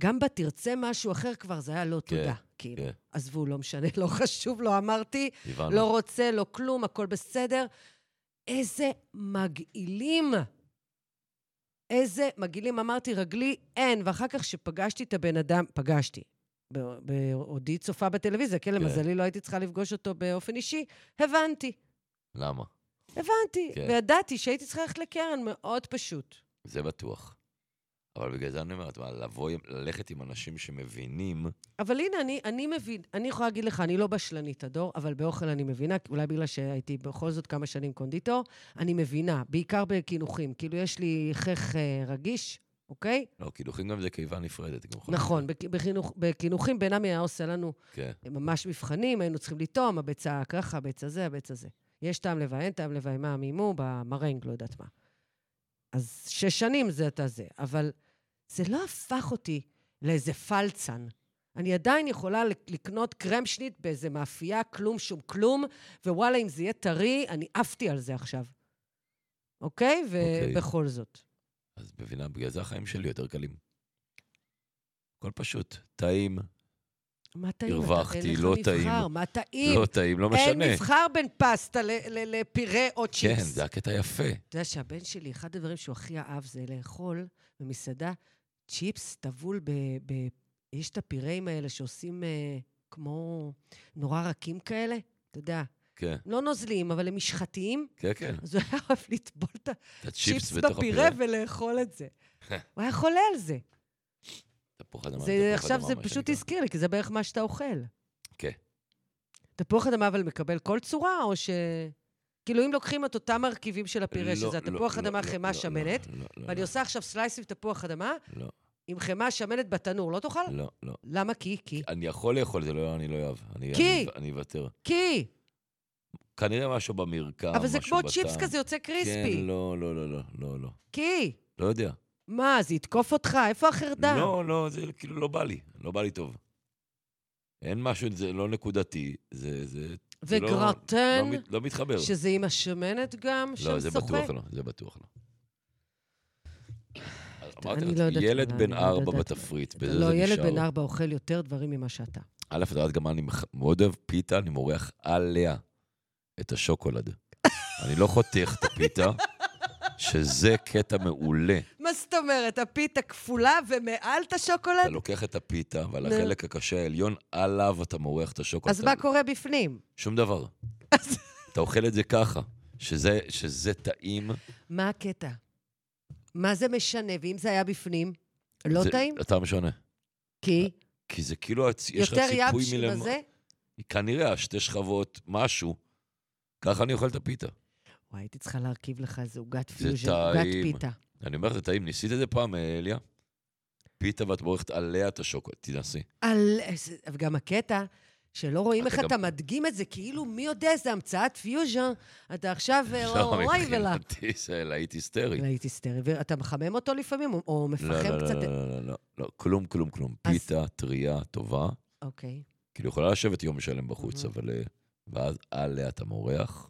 Speaker 2: גם בתרצה משהו אחר כבר, זה היה לא
Speaker 3: כן,
Speaker 2: תודה. כאילו,
Speaker 3: כן.
Speaker 2: עזבו, לא משנה, לא חשוב, לא אמרתי,
Speaker 3: הבנו.
Speaker 2: לא רוצה, לא כלום, הכל בסדר. איזה מגעילים. איזה מגעילים. אמרתי, רגלי אין. ואחר כך שפגשתי את הבן אדם, פגשתי. ב- בעודי צופה בטלוויזיה, כן, למזלי לא הייתי צריכה לפגוש אותו באופן אישי. הבנתי,
Speaker 3: למה?
Speaker 2: הבנתי.
Speaker 3: כן.
Speaker 2: וידעתי שהייתי צריכה ללכת לקרן, מאוד פשוט.
Speaker 3: זה בטוח. אבל בגלל זה אני אומר, את מה, לבוא, עם- ללכת עם אנשים שמבינים,
Speaker 2: אבל הנה, אני, אני מבין, אני יכולה להגיד לך, אני לא בשלנית הדור, אבל באוכל אני מבינה, אולי בגלל שהייתי בכל זאת כמה שנים קונדיטור, אני מבינה, בעיקר בקינוחים. כאילו, יש לי חך אה, רגיש, אוקיי?
Speaker 3: לא, קינוחים גם זה קיבה נפרדת. גם יכול
Speaker 2: נכון,
Speaker 3: להיות.
Speaker 2: בק- בחינוך, בקינוחים בינמי היה עושה לנו
Speaker 3: כן.
Speaker 2: ממש מבחנים, היינו צריכים לטעום, הביצה ככה, הביצה זה, הביצה זה. יש טעם לוואי, אין טעם לוואי, מה המימו, במרנג, לא יודעת מה. אז שש שנים זה אתה זה, אבל זה לא הפך אותי לאיזה פלצן. אני עדיין יכולה לק- לקנות קרם שנית באיזה מאפייה, כלום שום כלום, ווואלה, אם זה יהיה טרי, אני עפתי על זה עכשיו. אוקיי?
Speaker 3: אוקיי.
Speaker 2: ובכל זאת.
Speaker 3: אז מבינה, בגלל זה החיים שלי יותר קלים. הכל פשוט. טעים,
Speaker 2: מה טעים? אתה-
Speaker 3: הרווחתי,
Speaker 2: אין לך
Speaker 3: לא
Speaker 2: מבחר,
Speaker 3: טעים.
Speaker 2: מה טעים?
Speaker 3: לא טעים, לא
Speaker 2: אין
Speaker 3: משנה.
Speaker 2: מבחר בין פסטה ל- ל- לפירה או צ'יפס.
Speaker 3: כן, זה הקטע היפה.
Speaker 2: אתה יודע שהבן שלי, אחד הדברים שהוא הכי אהב זה לאכול במסעדה צ'יפס טבול ב... ב... יש את הפיראים האלה שעושים אה, כמו נורא רכים כאלה, אתה יודע,
Speaker 3: כן,
Speaker 2: הם לא נוזליים, אבל הם משחתיים.
Speaker 3: כן, כן.
Speaker 2: אז הוא היה אוהב לטבול את
Speaker 3: את הצ'יפס
Speaker 2: הצ'יפס
Speaker 3: בתוך
Speaker 2: בפירה
Speaker 3: הפירה.
Speaker 2: ולאכול את זה. הוא היה חולה על זה.
Speaker 3: תפוח אדמה,
Speaker 2: זה
Speaker 3: תפוח
Speaker 2: עכשיו
Speaker 3: אדמה,
Speaker 2: זה
Speaker 3: מה
Speaker 2: פשוט
Speaker 3: שנקרא.
Speaker 2: הזכיר לי, כי זה בערך מה שאתה אוכל.
Speaker 3: כן.
Speaker 2: תפוח אדמה אבל מקבל כל צורה, או ש... כאילו, אם לוקחים את אותם מרכיבים של הפירה,
Speaker 3: לא,
Speaker 2: שזה
Speaker 3: לא,
Speaker 2: התפוח
Speaker 3: לא,
Speaker 2: אדמה,
Speaker 3: לא,
Speaker 2: חמאה,
Speaker 3: לא,
Speaker 2: שמנת,
Speaker 3: לא, לא,
Speaker 2: ואני
Speaker 3: לא,
Speaker 2: עושה עכשיו סלייס עם תפוח אדמה,
Speaker 3: לא,
Speaker 2: עם חמאה שמנת בתנור, לא תאכל?
Speaker 3: לא, לא.
Speaker 2: למה? כי, כי.
Speaker 3: אני יכול לאכול את זה, לא, אני לא אוהב. אני-
Speaker 2: כי-
Speaker 3: אני- אני אוותר.
Speaker 2: כי!
Speaker 3: כנראה משהו במרקם, אה, משהו
Speaker 2: אבל זה כמו
Speaker 3: בטעם.
Speaker 2: צ'יפס כזה יוצא
Speaker 3: כן,
Speaker 2: קריספי.
Speaker 3: לא, לא, לא, לא, לא, לא.
Speaker 2: כי!
Speaker 3: לא יודע.
Speaker 2: מה, זה יתקוף אותך? איפה החרדה?
Speaker 3: לא, לא, זה כאילו לא בא לי, לא בא לי טוב. אין משהו, זה לא נקודתי, זה... זה זה לא-
Speaker 2: וגרטן,
Speaker 3: לא מת- לא מתחבר.
Speaker 2: שזה עם השמנת גם, שם
Speaker 3: לא, זה
Speaker 2: שוחה?
Speaker 3: בטוח לא, זה בטוח לא. אז אמרתי
Speaker 2: אני
Speaker 3: לך,
Speaker 2: לא יודעת
Speaker 3: ילד
Speaker 2: מה,
Speaker 3: בן
Speaker 2: אני לא
Speaker 3: ארבע
Speaker 2: יודעת.
Speaker 3: בתפריט, בזה זה נשאר.
Speaker 2: לא, ילד בן ארבע אוכל יותר דברים ממה שאתה.
Speaker 3: א', את יודעת גם מה אני מח- מאוד אוהב פיתה, אני מורח עליה את השוקולד. אני לא חותך את הפיתה, שזה קטע מעולה.
Speaker 2: מה זאת אומרת? הפיתה כפולה ומעל את
Speaker 3: אתה לא
Speaker 2: השוקולד?
Speaker 3: לוקח את הפיתה, ועל
Speaker 2: כן. נו.
Speaker 3: החלק הקשה העליון, עליו אתה מורח את השוקולד.
Speaker 2: אז
Speaker 3: אתה-
Speaker 2: מה קורה בפנים?
Speaker 3: שום דבר. אתה אוכל את זה ככה, שזה, שזה טעים.
Speaker 2: מה הקטע? מה זה משנה? ואם זה היה בפנים, לא
Speaker 3: זה-
Speaker 2: טעים?
Speaker 3: הטעם שונה.
Speaker 2: כי
Speaker 3: כי זה כאילו, הצ- יש לך
Speaker 2: יותר
Speaker 3: ציפוי
Speaker 2: יבשי
Speaker 3: מלמעלה.
Speaker 2: בזה?
Speaker 3: כנראה, שתי שכבות, משהו. ככה אני אוכל את הפיתה.
Speaker 2: וואי, הייתי צריכה להרכיב לך איזה עוגת פיוז'ן,
Speaker 3: טעים.
Speaker 2: עוגת פיתה.
Speaker 3: אני אומר, זה טעים. ניסית את זה פעם, אה, אליה? פיתה ואת מורכת עליה את השוקולד, תנסי.
Speaker 2: על... איזה- וגם הקטע, שלא רואים
Speaker 3: אתה
Speaker 2: איך אתה
Speaker 3: גם-
Speaker 2: מדגים את זה, כאילו, מי יודע, זה המצאת פיוז'ן, אתה עכשיו
Speaker 3: לא,
Speaker 2: אוי ולה.
Speaker 3: מבחינתי זה להיט היסטרי.
Speaker 2: להיט היסטרי. ואתה מחמם אותו לפעמים, או- או
Speaker 3: לא, לא,
Speaker 2: מפחם
Speaker 3: לא,
Speaker 2: קצת...
Speaker 3: לא, לא, לא, לא, לא, כלום, כלום, כלום.
Speaker 2: אז-
Speaker 3: פיתה טרייה, טובה.
Speaker 2: אוקיי.
Speaker 3: כאילו, יכולה לשבת יום שלם בחוץ,
Speaker 2: אהה.
Speaker 3: אבל... אה, ואז עליה אתה מורח,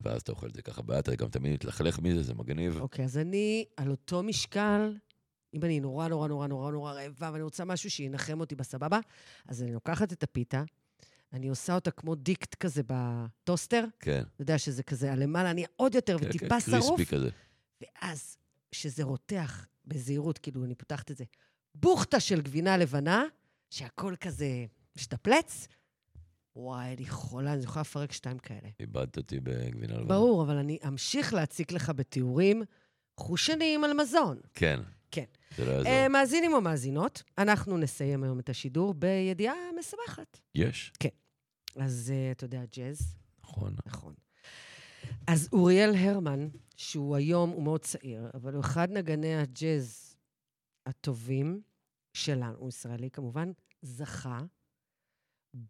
Speaker 3: ואז אתה אוכל את זה ככה בעיה, אתה גם תמיד מתלכלך מזה, זה מגניב.
Speaker 2: אוקיי, אז אני, על אותו משקל, אם אני נורא נורא נורא נורא נורא רעבה ואני רוצה משהו שינחם אותי בסבבה, אז אני לוקחת את הפיתה, אני עושה אותה כמו דיקט כזה בטוסטר,
Speaker 3: כן.
Speaker 2: אתה יודע שזה כזה על למעלה, אני עוד יותר
Speaker 3: כן,
Speaker 2: וטיפה
Speaker 3: כן,
Speaker 2: אוקיי. שרוף,
Speaker 3: קריספי כזה.
Speaker 2: ואז, שזה רותח בזהירות, כאילו, אני פותחת את זה, בוכטה של גבינה לבנה, שהכל כזה משתפלץ, וואי, אני חולה, אני יכולה לפרק שתיים כאלה.
Speaker 3: איבדת אותי בגבינה לבנה.
Speaker 2: ברור, אבל אני אמשיך להציק לך בתיאורים חושניים על מזון.
Speaker 3: כן.
Speaker 2: כן.
Speaker 3: זה לא יעזור.
Speaker 2: אה, מאזינים או מאזינות, אנחנו נסיים היום את השידור בידיעה משמחת.
Speaker 3: יש,
Speaker 2: אז אה, אתה יודע, ג'אז,
Speaker 3: נכון.
Speaker 2: נכון. אז אוריאל הרמן, שהוא היום, הוא מאוד צעיר, אבל הוא אחד נגני הג'אז הטובים שלנו, הוא ישראלי כמובן, זכה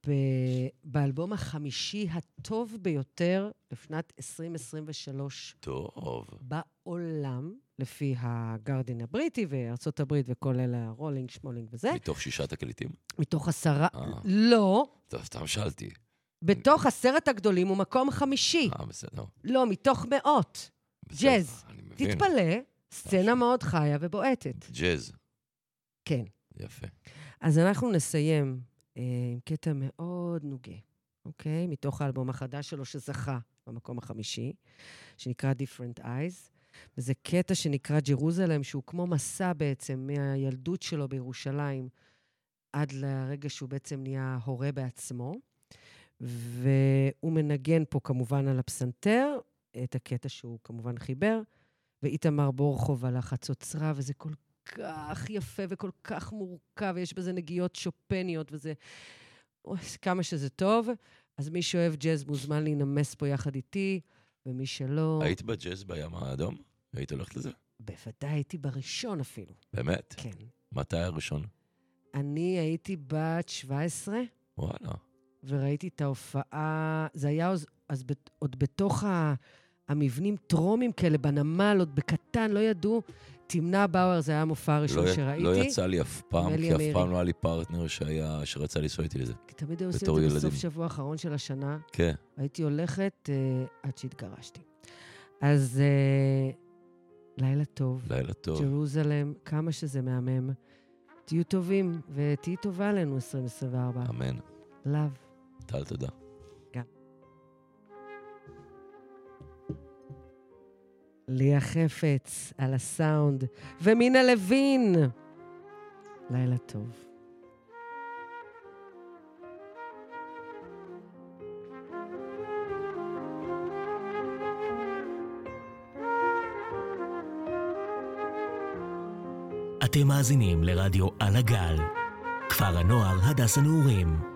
Speaker 2: ב- באלבום החמישי הטוב ביותר לשנת 2023
Speaker 3: טוב.
Speaker 2: בעולם, לפי הגרדין הבריטי וארצות הברית וכל אלה, רולינג, שמולינג וזה,
Speaker 3: מתוך שישה תקליטים?
Speaker 2: מתוך עשרה...
Speaker 3: אה.
Speaker 2: לא,
Speaker 3: טוב, סתם שאלתי.
Speaker 2: בתוך עשרת הגדולים הוא מקום חמישי.
Speaker 3: אה, בסדר.
Speaker 2: לא, מתוך מאות.
Speaker 3: בסדר,
Speaker 2: ג'אז.
Speaker 3: אני מבין.
Speaker 2: תתפלא, סצנה מאוד חיה ובועטת.
Speaker 3: ג'אז.
Speaker 2: כן.
Speaker 3: יפה.
Speaker 2: אז אנחנו נסיים אה, עם קטע מאוד נוגה, אוקיי? מתוך האלבום החדש שלו שזכה במקום החמישי, שנקרא Different Eyes. וזה קטע שנקרא ג'רוזלם, שהוא כמו מסע בעצם מהילדות שלו בירושלים עד לרגע שהוא בעצם נהיה הורה בעצמו. והוא מנגן פה כמובן על הפסנתר, את הקטע שהוא כמובן חיבר, ואיתמר בורחוב על החצוצרה, וזה כל כך יפה וכל כך מורכב, ויש בזה נגיעות שופניות, וזה... אוי, כמה שזה טוב. אז מי שאוהב ג'אז מוזמן להינמס פה יחד איתי, ומי שלא...
Speaker 3: היית בג'אז בים האדום? היית הולכת לזה?
Speaker 2: בוודאי הייתי בראשון אפילו,
Speaker 3: באמת?
Speaker 2: כן.
Speaker 3: מתי הראשון?
Speaker 2: אני הייתי בת 17,
Speaker 3: וואלה.
Speaker 2: וראיתי את ההופעה, זה היה אז, אז בת, עוד בתוך ה, המבנים טרומים כאלה, בנמל, עוד בקטן, לא ידעו. תמנע באואר, זה היה המופע הראשון
Speaker 3: לא י-
Speaker 2: שראיתי.
Speaker 3: לא יצא לי אף פעם,
Speaker 2: אמלי
Speaker 3: כי
Speaker 2: אמירי.
Speaker 3: אף פעם לא היה לי פרטנר שהיה- שרצה לנסוע איתי לזה.
Speaker 2: כי תמיד היו עושים את
Speaker 3: בתור
Speaker 2: זה בסוף
Speaker 3: ילדים.
Speaker 2: שבוע האחרון של השנה.
Speaker 3: כן.
Speaker 2: הייתי הולכת אה, עד שהתגרשתי. אז אה, לילה טוב.
Speaker 3: לילה טוב.
Speaker 2: ג'רוזלם, כמה שזה מהמם. תהיו טובים, ותהיי טובה לנו 2024.
Speaker 3: אמן.
Speaker 2: לאו.
Speaker 3: טל, תודה.
Speaker 2: ליה חפץ על הסאונד, ומינה לוין. לילה טוב.
Speaker 1: אתם מאזינים לרדיו על הגל, כפר הנוער הדס הנעורים,